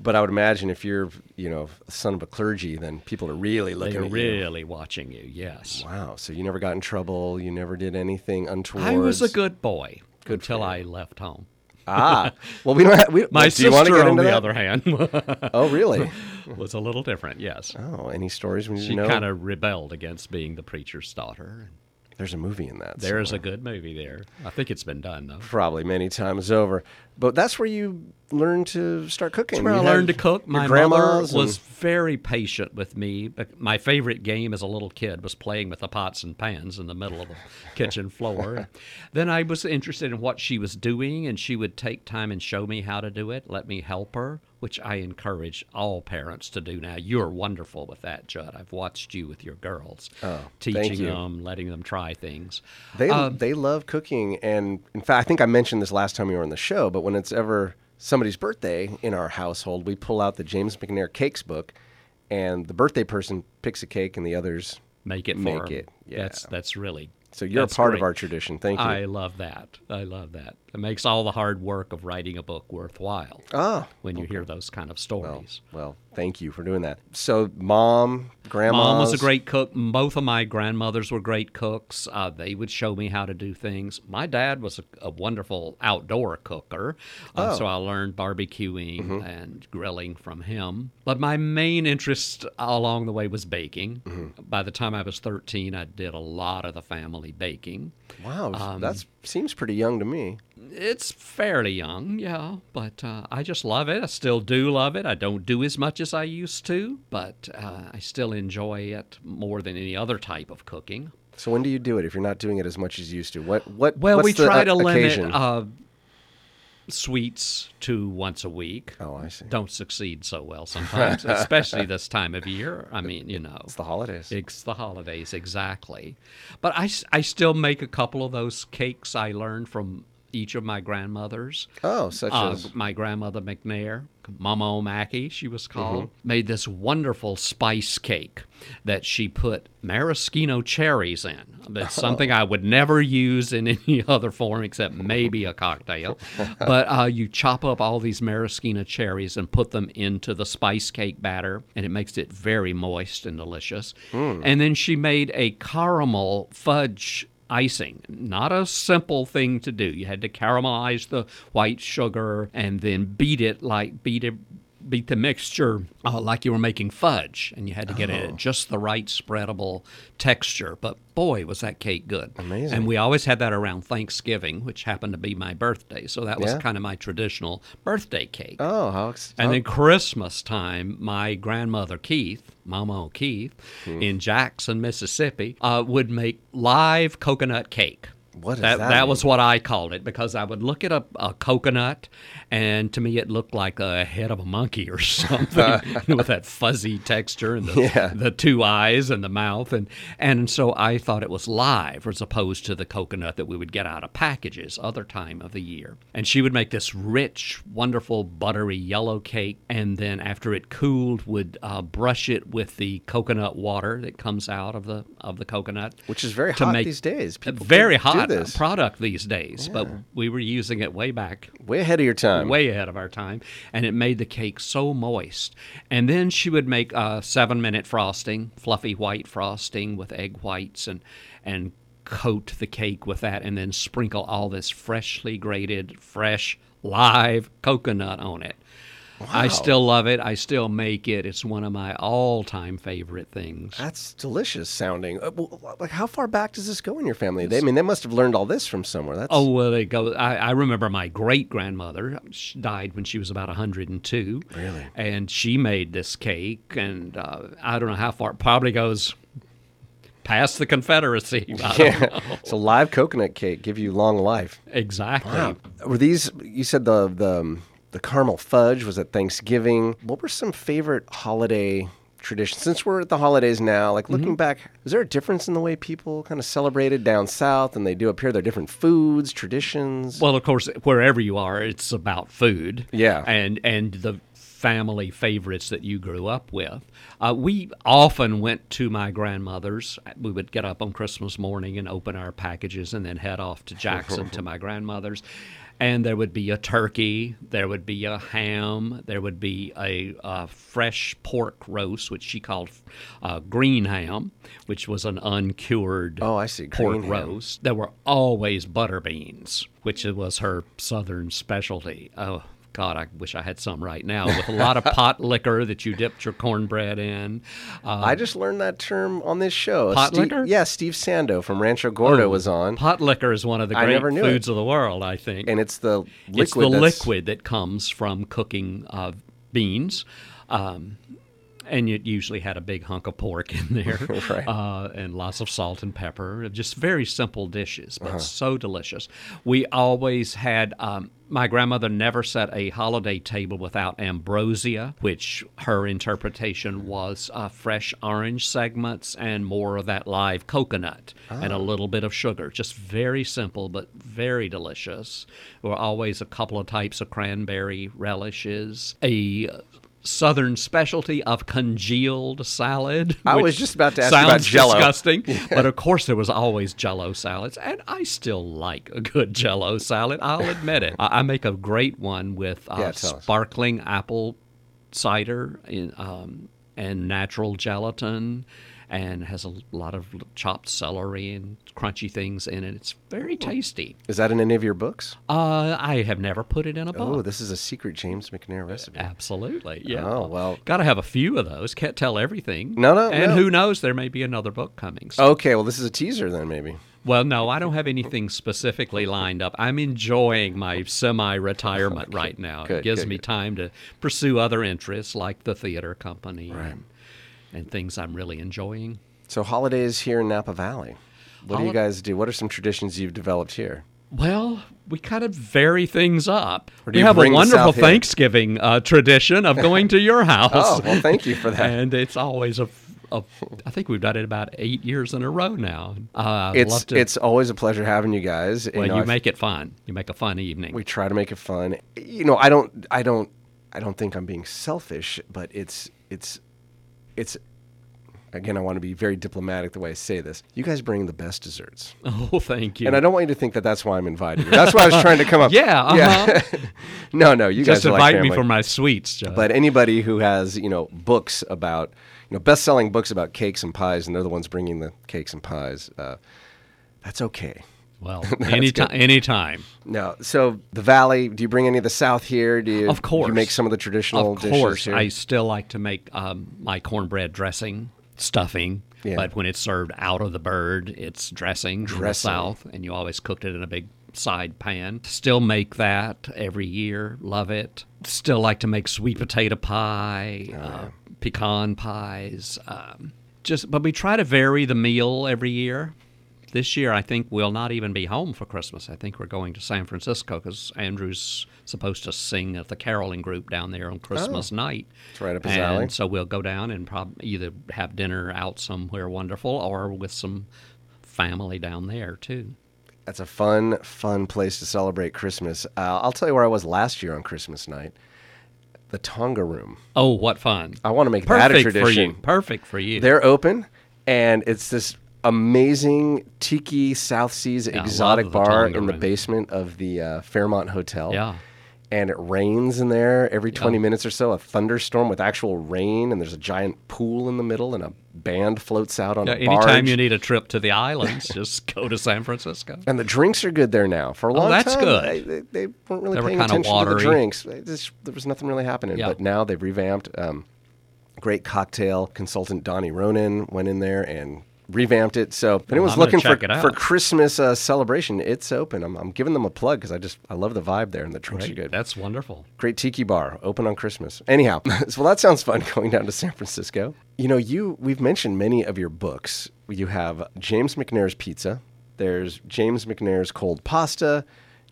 Speaker 2: But I would imagine if you're, you know, a son of a clergy, then people are really looking
Speaker 5: They're
Speaker 2: at you.
Speaker 5: really watching you. Yes.
Speaker 2: Wow. So you never got in trouble. You never did anything untoward.
Speaker 5: I was a good boy until I left home.
Speaker 2: ah. Well, we don't. Have, we,
Speaker 5: My
Speaker 2: well, do
Speaker 5: sister,
Speaker 2: you want to get
Speaker 5: on
Speaker 2: into
Speaker 5: the
Speaker 2: that?
Speaker 5: other hand,
Speaker 2: Oh, really?
Speaker 5: was a little different. Yes,
Speaker 2: Oh, any stories we need
Speaker 5: she
Speaker 2: to know?
Speaker 5: kind of rebelled against being the preacher's daughter.
Speaker 2: There's a movie in that.
Speaker 5: There is
Speaker 2: somewhere.
Speaker 5: a good movie there. I think it's been done though.
Speaker 2: probably many times over. But that's where you learn to start cooking.
Speaker 5: That's where I
Speaker 2: You
Speaker 5: learned to
Speaker 2: had
Speaker 5: cook.
Speaker 2: your
Speaker 5: My mother
Speaker 2: grandma's
Speaker 5: was
Speaker 2: and-
Speaker 5: very patient with me. But My favorite game as a little kid was playing with the pots and pans in the middle of the kitchen floor. then I was interested in what she was doing, and she would take time and show me how to do it, let me help her, which I encourage all parents to do now. You're wonderful with that, Judd. I've watched you with your girls, teaching
Speaker 2: Oh, you.
Speaker 5: them, letting them try things.
Speaker 2: They
Speaker 5: Um,
Speaker 2: they love cooking, and in fact, I think I mentioned this last time you were on the show. But when it's ever somebody's birthday in our household, we pull out the James McNair Cakes book, and the birthday person picks a cake, and the others.
Speaker 5: Make it for
Speaker 2: Make
Speaker 5: 'em.
Speaker 2: it, yeah.
Speaker 5: That's that's really
Speaker 2: So you're
Speaker 5: that's
Speaker 2: a part
Speaker 5: great.
Speaker 2: of our tradition. Thank you.
Speaker 5: I love that. I love that. It makes all the hard work of writing a book worthwhile.
Speaker 2: Oh.
Speaker 5: when you hear those kind of stories.
Speaker 2: well, thank you for doing that. So, mom, grandma.
Speaker 5: Mom was a great cook. Both of my grandmothers were great cooks. Uh, they would show me how to do things. My dad was a, a wonderful outdoor cooker, uh,
Speaker 2: Oh.
Speaker 5: so I learned barbecuing
Speaker 2: Mm-hmm.
Speaker 5: and grilling from him. But my main interest along the way was baking.
Speaker 2: Mm-hmm.
Speaker 5: By the time I was 13, I did a lot of the family baking.
Speaker 2: Wow,
Speaker 5: um,
Speaker 2: that seems pretty young to me.
Speaker 5: it's fairly young, yeah, but uh, I just love it. I still do love it. I don't do as much as I used to, but uh, I still enjoy it more than any other type of cooking.
Speaker 2: So, when do you do it if you're not doing it as much as you used to? What what?
Speaker 5: Well,
Speaker 2: what's
Speaker 5: we
Speaker 2: the,
Speaker 5: try
Speaker 2: uh,
Speaker 5: to
Speaker 2: occasion?
Speaker 5: limit uh, sweets to once a week.
Speaker 2: Oh, I see.
Speaker 5: Don't succeed so well sometimes, especially this time of year. I mean, you know.
Speaker 2: It's the holidays.
Speaker 5: It's the holidays, exactly. But I, s- I still make a couple of those cakes I learned from each of my grandmothers.
Speaker 2: Oh, such
Speaker 5: Uh,
Speaker 2: as
Speaker 5: my grandmother McNair, Mama O'Mackey, she was
Speaker 2: Mm-hmm.
Speaker 5: called, made this wonderful spice cake that she put maraschino cherries in. That's something I would never use in any other form except maybe a cocktail. but uh, you chop up all these maraschino cherries and put them into the spice cake batter, and it makes it very moist and delicious.
Speaker 2: Hmm.
Speaker 5: And then she made a caramel fudge icing. Not a simple thing to do. You had to caramelize the white sugar and then beat it like beat it beat the mixture uh, like you were making fudge and you had to get it at just the right spreadable texture but boy was that cake good amazing and we always had that around thanksgiving which happened to be my birthday so that was
Speaker 2: Yeah.
Speaker 5: kind of my traditional birthday cake
Speaker 2: oh, how ex-
Speaker 5: and then Christmas time, my grandmother Keith, Mama O'Keefe,
Speaker 2: Hmm.
Speaker 5: in Jackson, Mississippi, uh, would make live coconut cake.
Speaker 2: What does
Speaker 5: that,
Speaker 2: that
Speaker 5: was what I called it because I would look at a, a coconut, and to me it looked like a head of a monkey or something with that fuzzy texture and the, the two eyes and the mouth, and and so I thought it was live as opposed to the coconut that we would get out of packages other time of the year. And she would make this rich, wonderful buttery yellow cake, and then after it cooled, would uh, brush it with the coconut water that comes out of the of the coconut,
Speaker 2: which is very
Speaker 5: to
Speaker 2: hot
Speaker 5: make-
Speaker 2: these days.
Speaker 5: a
Speaker 2: People
Speaker 5: very
Speaker 2: do
Speaker 5: hot
Speaker 2: this.
Speaker 5: product these days, but we were using it way back
Speaker 2: way ahead of your time.
Speaker 5: way ahead of our time, and it made the cake so moist. And then she would make uh, seven-minute frosting, fluffy white frosting with egg whites, and and coat the cake with that, and then sprinkle all this freshly grated, fresh, live coconut on it. I still love it. I still make it. It's one of my all-time favorite things.
Speaker 2: That's delicious sounding. Uh, well, Like, how far back does this go in your family? They, I mean, they must have learned all this from somewhere. That's
Speaker 5: Oh well, it goes. I, I remember my great grandmother died when she was about 102. Really? And she made this cake, and uh, I don't know how far. It probably goes past the Confederacy. I don't know.
Speaker 2: it's a live coconut cake. Give you long life.
Speaker 5: Exactly.
Speaker 2: Were these? You said the the um, the caramel fudge was at Thanksgiving. What were some favorite holiday traditions? Since we're at the holidays now, like
Speaker 5: Mm-hmm.
Speaker 2: looking back, is there a difference in the way people kind of celebrated down south and they do up here? There are different foods, traditions.
Speaker 5: Well, of course, wherever you are, it's about food.
Speaker 2: Yeah.
Speaker 5: and and the family favorites that you grew up with. Uh, we often went to my grandmother's. We would get up on Christmas morning and open our packages, and then head off to Jackson to my grandmother's. And there would be a turkey, there would be a ham, there would be a, uh fresh pork roast, which she called uh, green ham, which was an uncured
Speaker 2: Oh, I see.
Speaker 5: pork
Speaker 2: Green ham.
Speaker 5: roast. There were always butter beans, which was her southern specialty. Oh God, I wish I had some right now. With a lot of pot liquor that you dipped your cornbread in. Uh,
Speaker 2: I just learned that term on this show.
Speaker 5: Pot
Speaker 2: Steve,
Speaker 5: liquor?
Speaker 2: Yeah, Steve Sando from Rancho Gordo
Speaker 5: Oh.
Speaker 2: was on,
Speaker 5: pot liquor is one of the
Speaker 2: I
Speaker 5: great
Speaker 2: never knew it.
Speaker 5: foods of the world, I think.
Speaker 2: and it's the liquid.
Speaker 5: it's the
Speaker 2: that's-
Speaker 5: liquid that comes from cooking uh, beans. Um, and it usually had a big hunk of pork in there,
Speaker 2: Right.
Speaker 5: uh, and lots of salt and pepper. Just very simple dishes, but so delicious. We always had. Um, my grandmother never set a holiday table without ambrosia, which her interpretation was uh, fresh orange segments and more of that live coconut and a little bit of sugar. Just very simple, but very delicious. There were always a couple of types of cranberry relishes, a southern specialty of congealed salad.
Speaker 2: I
Speaker 5: which
Speaker 2: was just about to ask you about
Speaker 5: sounds
Speaker 2: Jell-O.
Speaker 5: Disgusting, but of course there was always Jello salads, and I still like a good Jello salad. I'll admit it. I, I make a great one with uh,
Speaker 2: Yeah, tell us.
Speaker 5: sparkling apple cider in, um, and natural gelatin. And has a lot of chopped celery and crunchy things in it. It's very tasty.
Speaker 2: Is that in any of your books?
Speaker 5: Uh, I have never put it in a book.
Speaker 2: Oh, this is a secret James McNair recipe.
Speaker 5: Uh, Absolutely. Yeah.
Speaker 2: Oh, well-
Speaker 5: Got to have a few of those. Can't tell everything.
Speaker 2: No, no, no.
Speaker 5: And
Speaker 2: Oh.
Speaker 5: who knows? There may be another book coming. So.
Speaker 2: Okay, well, this is a teaser then, maybe.
Speaker 5: Well, no, I don't have anything specifically lined up. I'm enjoying my semi-retirement right now.
Speaker 2: Good,
Speaker 5: it gives
Speaker 2: good,
Speaker 5: me
Speaker 2: good.
Speaker 5: time to pursue other interests like the theater company and, and things I'm really enjoying.
Speaker 2: So holidays here in Napa Valley. What do you
Speaker 5: Holi-
Speaker 2: guys do? What are some traditions you've developed here?
Speaker 5: Well, we kind of vary things up.
Speaker 2: do
Speaker 5: We
Speaker 2: you
Speaker 5: have a
Speaker 2: bring the
Speaker 5: wonderful
Speaker 2: South here?
Speaker 5: Thanksgiving uh, tradition of going to your house.
Speaker 2: Oh, well, Oh, thank you for that.
Speaker 5: and it's always a f- of I think we've done it about eight years in a row now. Uh, I'd
Speaker 2: It's
Speaker 5: love to,
Speaker 2: it's always a pleasure having you guys.
Speaker 5: well,
Speaker 2: know,
Speaker 5: you
Speaker 2: I-
Speaker 5: make it fun. You make a fun evening.
Speaker 2: we try to make it fun. You know, I don't I don't I don't think I'm being selfish, but it's it's it's again I want to be very diplomatic the way I say this. You guys bring the best desserts.
Speaker 5: oh, thank you.
Speaker 2: And I don't want you to think that that's why I'm invited. you. That's why I was trying to come up.
Speaker 5: yeah, uh-huh.
Speaker 2: no, no, you
Speaker 5: just
Speaker 2: guys are like
Speaker 5: invite me
Speaker 2: family.
Speaker 5: for my sweets, Judge.
Speaker 2: But anybody who has, you know, books about, you know, best-selling books about cakes and pies, and they're the ones bringing the cakes and pies, uh, that's okay.
Speaker 5: well, anytime, anytime.
Speaker 2: No, so the Valley. Do you bring any of the South here? Do you?
Speaker 5: Of course.
Speaker 2: you make some of the traditional.
Speaker 5: Of course,
Speaker 2: dishes here?
Speaker 5: I still like to make um, my cornbread dressing, stuffing.
Speaker 2: Yeah.
Speaker 5: But when it's served out of the bird, it's dressing, from the
Speaker 2: Dressing.
Speaker 5: south, and you always cooked it in a big side pan. Still make that every year. Love it. Still like to make sweet potato pie, uh, pecan pies. Um, just, but we try to vary the meal every year. This year, I think we'll not even be home for Christmas. I think we're going to San Francisco because Andrew's supposed to sing at the caroling group down there on Christmas night.
Speaker 2: It's right up his
Speaker 5: and
Speaker 2: alley.
Speaker 5: So we'll go down and prob- either have dinner out somewhere wonderful or with some family down there too.
Speaker 2: That's a fun, fun place to celebrate Christmas. Uh, I'll tell you where I was last year on Christmas night. The Tonga Room.
Speaker 5: Oh, what fun!
Speaker 2: I want to make
Speaker 5: Perfect
Speaker 2: that a
Speaker 5: for you.
Speaker 2: tradition.
Speaker 5: Perfect for you.
Speaker 2: They're open, and it's this amazing tiki South Seas
Speaker 5: I love
Speaker 2: exotic
Speaker 5: the
Speaker 2: bar
Speaker 5: Tonga
Speaker 2: in the
Speaker 5: Room.
Speaker 2: basement of the uh, Fairmont Hotel.
Speaker 5: Yeah.
Speaker 2: And it rains in there every 20 minutes or so, a thunderstorm with actual rain, and there's a giant pool in the middle, and a band floats out on
Speaker 5: Yeah,
Speaker 2: a
Speaker 5: anytime
Speaker 2: barge.
Speaker 5: you need a trip to the islands, just go to San Francisco.
Speaker 2: And the drinks are good there now. For a long
Speaker 5: Oh, that's
Speaker 2: time,
Speaker 5: good.
Speaker 2: They, they, they weren't really
Speaker 5: They were
Speaker 2: paying
Speaker 5: kinda
Speaker 2: attention to the
Speaker 5: watery.
Speaker 2: drinks. They just- there was nothing really happening.
Speaker 5: Yeah.
Speaker 2: But now they've revamped. Um, great cocktail consultant Donnie Ronan went in there and revamped it. So if anyone's
Speaker 5: I'm gonna
Speaker 2: looking for
Speaker 5: check it out.
Speaker 2: for Christmas uh, celebration, it's open. I'm, I'm giving them a plug because I just I love the vibe there and the drinks are good.
Speaker 5: That's wonderful.
Speaker 2: Great Tiki Bar, open on Christmas. Anyhow, so well, that sounds fun going down to San Francisco. You know, you we've mentioned many of your books. You have James McNair's Pizza. There's James McNair's Cold Pasta,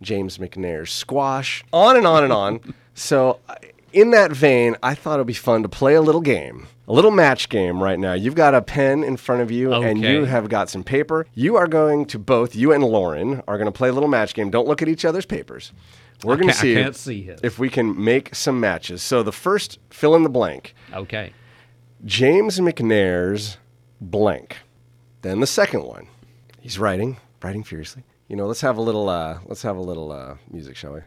Speaker 2: James McNair's Squash, on and on and on. so, I- in that vein, I thought it'd be fun to play a little game, a little match game right now. You've got a pen in front of you, and
Speaker 5: Okay.
Speaker 2: you have got some paper. You are going to both you and Lauren are going to play a little match game. Don't look at each other's papers. We're going to
Speaker 5: can't- I
Speaker 2: see
Speaker 5: can't see his.
Speaker 2: if we can make some matches. So the first fill in the blank,
Speaker 5: Okay.
Speaker 2: James McNair's blank. Then the second one. He's writing, writing furiously. You know, let's have a little uh let's have a little uh music, shall we?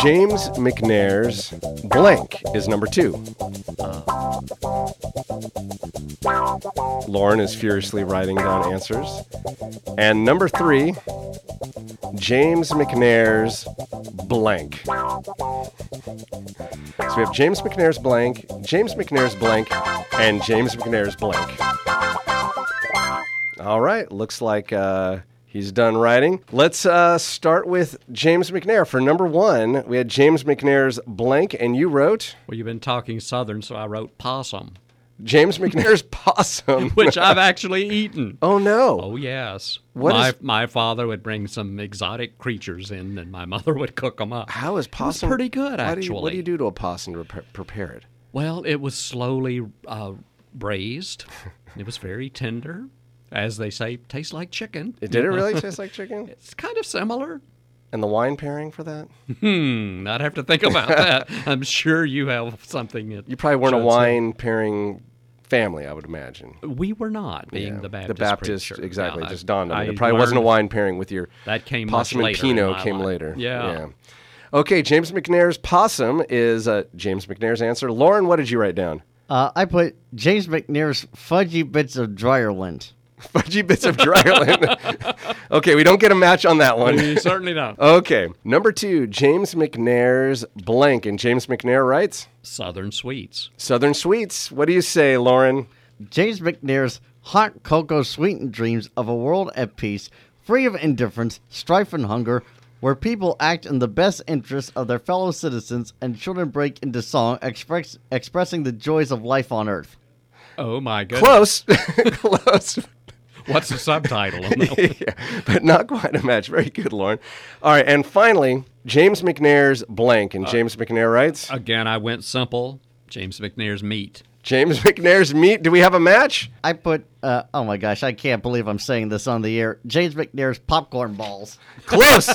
Speaker 2: James McNair's blank is number 2. Lauren is furiously writing down answers. And number 3, James McNair's blank. So we have James McNair's blank, James McNair's blank, and James McNair's blank. All right, looks like uh, he's done writing. Let's uh, start with James McNair. For number one, we had James McNair's blank, and you wrote
Speaker 5: Well, you've been talking Southern, so I wrote possum,
Speaker 2: James McNair's possum.
Speaker 5: which I've actually eaten.
Speaker 2: oh no!
Speaker 5: Oh yes.
Speaker 2: What
Speaker 5: my
Speaker 2: is-
Speaker 5: my father would bring some exotic creatures in, and my mother would cook them up.
Speaker 2: How is
Speaker 5: It was
Speaker 2: possum?
Speaker 5: pretty good,
Speaker 2: How
Speaker 5: actually.
Speaker 2: do you- what do you do to a possum to pre- prepare it?
Speaker 5: Well, it was slowly uh, braised. it was very tender, as they say. Tastes like chicken.
Speaker 2: It- Did it really taste like chicken?
Speaker 5: It's kind of similar.
Speaker 2: And the wine pairing for that?
Speaker 5: Hmm, I'd have to think about that. I'm sure you have something. That
Speaker 2: You probably weren't a
Speaker 5: Should I say-
Speaker 2: wine pairing family, I would imagine.
Speaker 5: We were not being
Speaker 2: Yeah,
Speaker 5: the Baptist. preacher.
Speaker 2: exactly.
Speaker 5: No, I-
Speaker 2: just dawned on me.
Speaker 5: I
Speaker 2: There probably wasn't a
Speaker 5: learned-
Speaker 2: wine pairing with your
Speaker 5: That came much
Speaker 2: possum and
Speaker 5: later in
Speaker 2: Pinot
Speaker 5: my
Speaker 2: came
Speaker 5: life.
Speaker 2: later.
Speaker 5: Yeah.
Speaker 2: Okay, James McNair's possum is uh, James McNair's answer. Lauren, what did you write down?
Speaker 3: Uh, I put James McNair's fudgy bits of dryer lint.
Speaker 2: Fudgy bits of dry land. okay, we don't get a match on that one.
Speaker 5: You certainly don't.
Speaker 2: Okay, number two, James McNair's blank, and James McNair writes
Speaker 5: Southern sweets.
Speaker 2: Southern Sweets. What do you say, Lauren?
Speaker 3: James McNair's hot cocoa sweetened dreams of a world at peace, free of indifference, strife, and hunger, where people act in the best interests of their fellow citizens and children break into song express, expressing the joys of life on earth.
Speaker 5: Oh my goodness!
Speaker 2: Close, close.
Speaker 5: What's the subtitle on that? one?
Speaker 2: yeah, but not quite a match. Very good, Lauren. All right, and finally, James
Speaker 5: Uh,
Speaker 2: McNair's blank, and James McNair writes,
Speaker 5: Again, I went simple. James McNair's meat.
Speaker 2: James McNair's meat. Do we have a match?
Speaker 3: I put, uh, oh my gosh, I can't believe I'm saying this on the air. James McNair's popcorn balls.
Speaker 2: Close.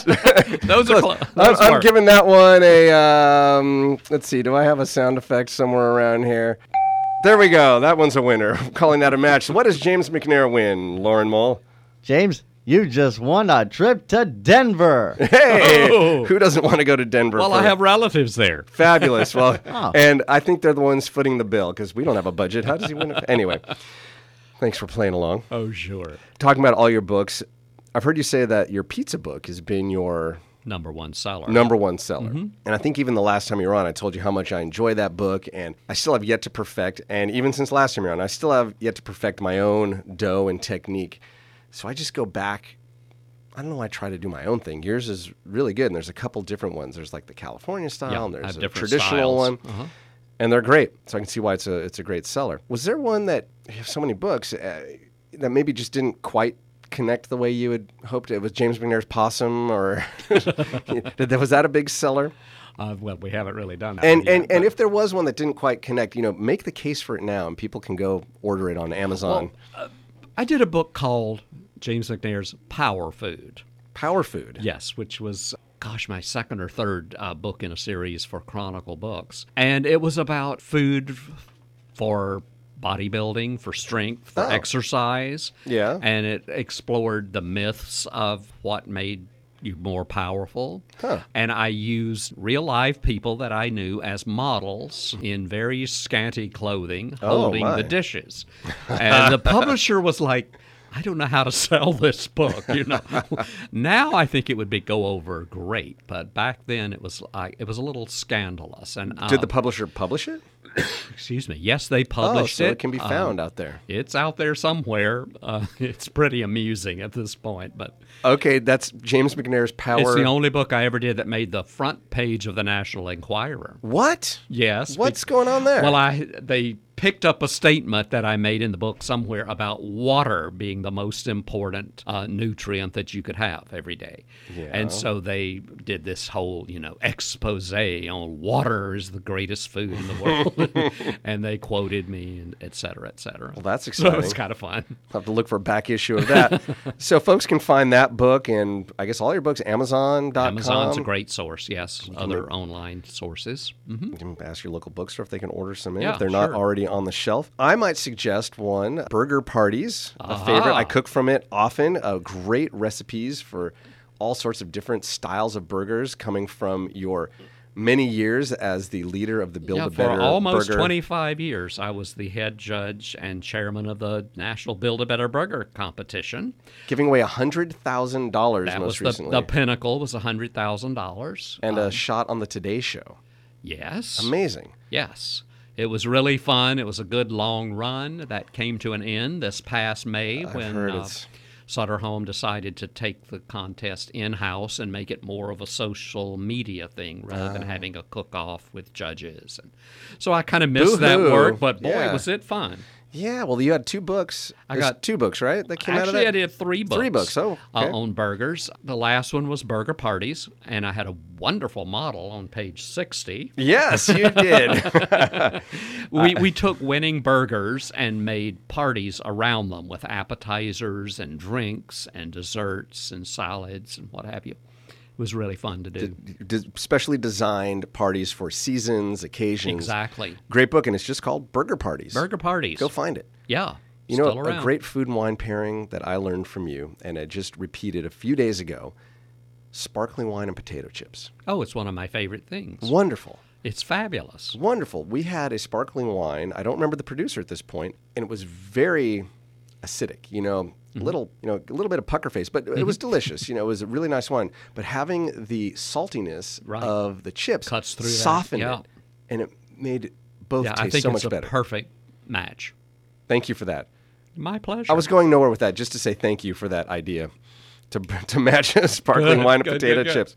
Speaker 5: Those are close.
Speaker 2: I'm, I'm giving that one a. Um, let's see. Do I have a sound effect somewhere around here? There we go. That one's a winner. I'm calling that a match. What does James McNair win, Lauren Mole?
Speaker 3: James, you just won a trip to Denver.
Speaker 2: Hey,
Speaker 5: Oh.
Speaker 2: who doesn't want to go to Denver?
Speaker 5: Well,
Speaker 2: for
Speaker 5: I have relatives there.
Speaker 2: fabulous. Well, and I think they're the ones footing the bill because we don't have a budget. How does he win? It? Anyway, thanks for playing along.
Speaker 5: Oh, sure.
Speaker 2: Talking about all your books, I've heard you say that your pizza book has been your
Speaker 5: Number one seller.
Speaker 2: number one seller. And I think even the last time you were on, I told you how much I enjoy that book, and I still have yet to perfect. And even since last time you're on, I still have yet to perfect my own dough and technique. So I just go back. I don't know. I try to do my own thing. Yours is really good, and there's a couple different ones. There's like the California style,
Speaker 5: Yeah,
Speaker 2: and
Speaker 5: I
Speaker 2: there's
Speaker 5: have
Speaker 2: a
Speaker 5: different
Speaker 2: traditional one,
Speaker 5: styles. Uh-huh.
Speaker 2: and they're great. So I can see why it's a it's a great seller. Was there one that you have so many books uh, that maybe just didn't quite connect the way you had hoped? It was James McNair's Possum, or did that- was that a big seller?
Speaker 5: Uh, well, we haven't really done that.
Speaker 2: And
Speaker 5: yet,
Speaker 2: and, and if there was one that didn't quite connect, you know, make the case for it now, and people can go order it on Amazon.
Speaker 5: but I did a book called James McNair's Power Food.
Speaker 2: Power Food.
Speaker 5: Yes, which was, gosh, my second or third uh, book in a series for Chronicle Books. And it was about food f- for bodybuilding, for strength, for
Speaker 2: Oh.
Speaker 5: exercise.
Speaker 2: Yeah.
Speaker 5: And it explored the myths of what made you more powerful. And I used real live people that I knew as models in very scanty clothing holding
Speaker 2: Oh, my.
Speaker 5: the dishes. And the publisher was like, I don't know how to sell this book, you know. now I think it would be go over great, but back then it was like it was a little scandalous. And
Speaker 2: Did
Speaker 5: um,
Speaker 2: the publisher publish it?
Speaker 5: excuse me, yes, they
Speaker 2: Oh,
Speaker 5: published
Speaker 2: so
Speaker 5: it.
Speaker 2: it can be
Speaker 5: Um,
Speaker 2: found out there.
Speaker 5: it's out there somewhere. Uh, it's pretty amusing at this point, but
Speaker 2: Okay, that's James McNair's Power.
Speaker 5: it's the only book I ever did that made the front page of the National Enquirer.
Speaker 2: what?
Speaker 5: Yes.
Speaker 2: What's
Speaker 5: bec-
Speaker 2: going on there?
Speaker 5: Well, I they picked up a statement that I made in the book somewhere about water being the most important uh, nutrient that you could have every day, and so they did this whole you know expose on water is the greatest food in the world, and they quoted me and et cetera, et cetera. Well,
Speaker 2: that's
Speaker 5: So
Speaker 2: exciting.
Speaker 5: it's kind of fun.
Speaker 2: I'll have to look for a back issue of that. so folks can find that book and I guess all your books, Amazon.com.
Speaker 5: Amazon's a great source. Yes, other online sources. hmm
Speaker 2: You can ask your local bookstore if they can order some in
Speaker 5: Yeah,
Speaker 2: if they're not
Speaker 5: sure.
Speaker 2: already on the shelf. I might suggest one Burger Parties, a favorite. I cook from it often. Uh, great recipes for all sorts of different styles of burgers coming from your many years as the leader of the Build
Speaker 5: Yeah,
Speaker 2: a
Speaker 5: for
Speaker 2: Better
Speaker 5: almost
Speaker 2: Burger.
Speaker 5: 25 years, I was the head judge and chairman of the National Build a Better Burger competition.
Speaker 2: Giving away $100,000
Speaker 5: That
Speaker 2: most
Speaker 5: was the, um,
Speaker 2: recently.
Speaker 5: the pinnacle was $100,000.
Speaker 2: and a shot on the Today Show.
Speaker 5: yes.
Speaker 2: Amazing.
Speaker 5: Yes. It was really fun. It was a good long run that came to an end this past May when
Speaker 2: heard
Speaker 5: uh,
Speaker 2: it's-
Speaker 5: Sutter Home decided to take the contest in house and make it more of a social media thing rather
Speaker 2: Ah.
Speaker 5: than having a cook off with judges. And so I kind of missed that
Speaker 2: Boo-hoo.
Speaker 5: work, but boy,
Speaker 2: Yeah.
Speaker 5: was it fun.
Speaker 2: Yeah, well, you had two books.
Speaker 5: I
Speaker 2: There's
Speaker 5: got-
Speaker 2: two books, right? That came out of
Speaker 5: Actually,
Speaker 2: that?
Speaker 5: I did three books.
Speaker 2: Three books, oh, okay.
Speaker 5: uh, on burgers. The last one was burger parties, and I had a wonderful model on page sixty.
Speaker 2: Yes, you did. Uh,
Speaker 5: We we took winning burgers and made parties around them with appetizers and drinks and desserts and salads and what have you. It was really fun to do.
Speaker 2: de- specially designed parties for seasons, occasions.
Speaker 5: exactly.
Speaker 2: Great book, and it's just called Burger Parties.
Speaker 5: Burger parties.
Speaker 2: Go find it.
Speaker 5: yeah.
Speaker 2: You know,
Speaker 5: still
Speaker 2: a
Speaker 5: around.
Speaker 2: great food and wine pairing that I learned from you, and I just repeated a few days ago sparkling wine and potato chips.
Speaker 5: Oh, it's one of my favorite things.
Speaker 2: Wonderful.
Speaker 5: It's fabulous.
Speaker 2: Wonderful. We had a sparkling wine. I don't remember the producer at this point, and it was very acidic. You know,
Speaker 5: Mm-hmm.
Speaker 2: little, you know, a little bit of pucker face, but it was delicious. You know, it was a really nice wine. But having the saltiness
Speaker 5: Right.
Speaker 2: of the chips
Speaker 5: Cuts through that.
Speaker 2: softened
Speaker 5: Yeah.
Speaker 2: it, and it made both
Speaker 5: Yeah,
Speaker 2: taste
Speaker 5: I think
Speaker 2: so
Speaker 5: it's
Speaker 2: much
Speaker 5: a
Speaker 2: better.
Speaker 5: perfect match.
Speaker 2: thank you for that.
Speaker 5: My pleasure.
Speaker 2: I was going nowhere with that, just to say thank you for that idea to to match sparkling
Speaker 5: Good,
Speaker 2: wine and
Speaker 5: good,
Speaker 2: potato
Speaker 5: good, good.
Speaker 2: chips.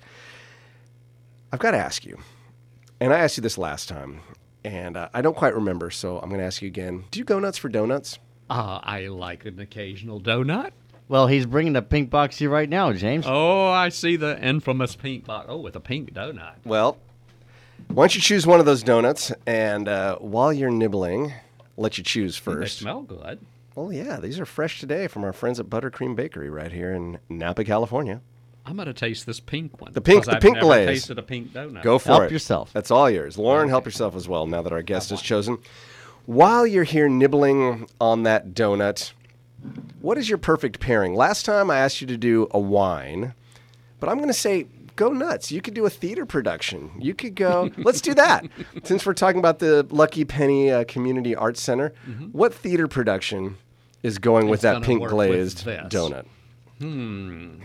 Speaker 2: I've got to ask you, and I asked you this last time, and uh, I don't quite remember, so I'm going to ask you again. Do you go nuts for donuts?
Speaker 5: Uh, I like an occasional donut.
Speaker 3: Well, he's bringing the pink box to you right now, James.
Speaker 5: Oh, I see the infamous pink box. Oh, with a pink donut.
Speaker 2: Well, why don't you choose one of those donuts, and uh, while you're nibbling, I'll let you choose
Speaker 5: They
Speaker 2: first.
Speaker 5: smell good.
Speaker 2: Well, yeah, these are fresh today from our friends at Buttercream Bakery right here in Napa, California.
Speaker 5: I'm gonna taste this pink one.
Speaker 2: The pink-
Speaker 5: 'cause
Speaker 2: the
Speaker 5: I've
Speaker 2: pink
Speaker 5: never
Speaker 2: glaze.
Speaker 5: Tasted a pink donut.
Speaker 2: Go for
Speaker 3: Help
Speaker 2: it.
Speaker 3: yourself.
Speaker 2: That's all yours. Lauren, help yourself as well now that our guest is chosen. While you're here nibbling on that donut, what is your perfect pairing? Last time I asked you to do a wine, but I'm going to say go nuts. You could do a theater production. You could go, let's do that. Since we're talking about the Lucky Penny uh, Community Arts Center, what theater production is going with
Speaker 5: Mm-hmm.
Speaker 2: that
Speaker 5: It's gonna
Speaker 2: pink
Speaker 5: work with
Speaker 2: glazed
Speaker 5: this.
Speaker 2: donut?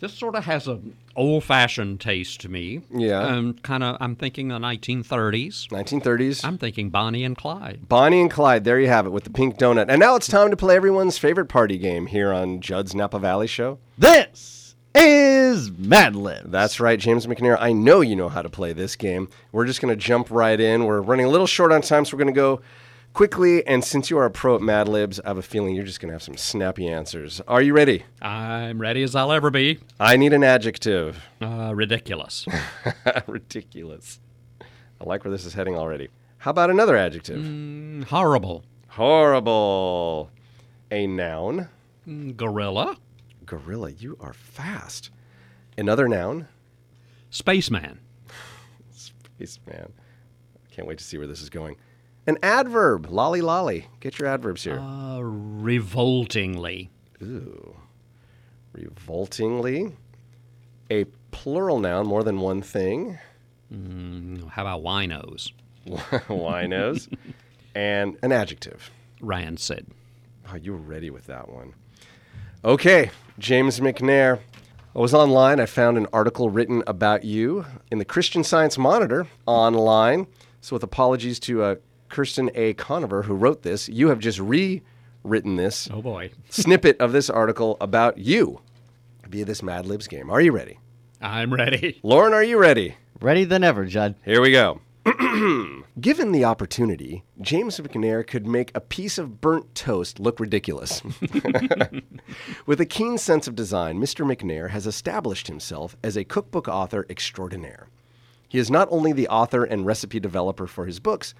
Speaker 5: This sort of has a old-fashioned taste to me.
Speaker 2: Yeah.
Speaker 5: Um, kind of. I'm thinking the 1930s.
Speaker 2: 1930s.
Speaker 5: I'm thinking Bonnie and Clyde.
Speaker 2: Bonnie and Clyde, there you have it with the pink donut. And now it's time to play everyone's favorite party game here on Judd's Napa Valley Show.
Speaker 3: This is Mad Libs.
Speaker 2: That's right, James McNair. I know you know how to play this game. We're just going to jump right in. We're running a little short on time, so we're going to go quickly. And since you are a pro at Mad Libs, I have a feeling you're just going to have some snappy answers. Are you ready?
Speaker 5: I'm ready as I'll ever be.
Speaker 2: I need an adjective.
Speaker 5: Uh, ridiculous.
Speaker 2: Ridiculous. I like where this is heading already. How about another adjective?
Speaker 5: Mm, Horrible.
Speaker 2: Horrible. A noun.
Speaker 5: Mm, Gorilla.
Speaker 2: Gorilla, you are fast. Another noun.
Speaker 5: Spaceman.
Speaker 2: Spaceman. Can't wait to see where this is going. An adverb. Lolly lolly. Get your adverbs here.
Speaker 5: Uh, revoltingly.
Speaker 2: Ooh. Revoltingly. A plural noun, more than one thing.
Speaker 5: How about winos?
Speaker 2: Winos. and an adjective.
Speaker 5: Rancid.
Speaker 2: Oh, you were ready with that one. Okay, James McNair. I was online. I found an article written about you in the Christian Science Monitor online. So, with apologies to uh, Kirsten A. Conover, who wrote this, you have just rewritten this
Speaker 5: Oh boy.
Speaker 2: snippet of this article about you via this Mad Libs game. Are you ready?
Speaker 5: I'm ready.
Speaker 2: Lauren, are you ready?
Speaker 3: Ready than ever, Judd.
Speaker 2: Here we go. Given the opportunity, James McNair could make a piece of burnt toast look ridiculous. With a keen sense of design, Mr. McNair has established himself as a cookbook author extraordinaire. He is not only the author and recipe developer for his books,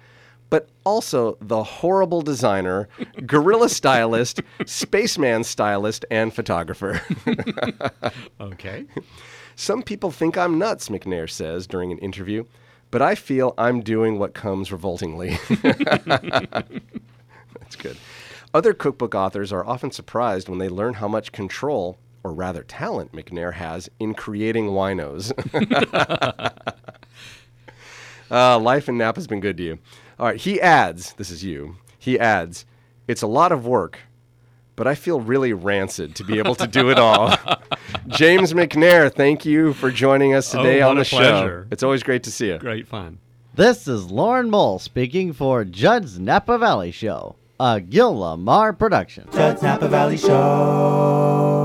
Speaker 2: but also the horrible designer, guerrilla stylist, spaceman stylist, and photographer.
Speaker 5: Okay.
Speaker 2: Some people think I'm nuts, McNair says during an interview, but I feel I'm doing what comes revoltingly. That's good. Other cookbook authors are often surprised when they learn how much control, or rather talent, McNair has in creating winos. Uh, life in Napa's been good to you. All right, he adds, this is you, he adds, it's a lot of work, but I feel really rancid to be able to do it all. James McNair, thank you for joining us
Speaker 5: Oh,
Speaker 2: today
Speaker 5: what
Speaker 2: on the
Speaker 5: a pleasure.
Speaker 2: show. It's always great to see you.
Speaker 5: Great fun.
Speaker 3: This is Lauren Mole speaking for Judd's Napa Valley Show, a Gil Lamar production.
Speaker 4: Judd's Napa Valley Show.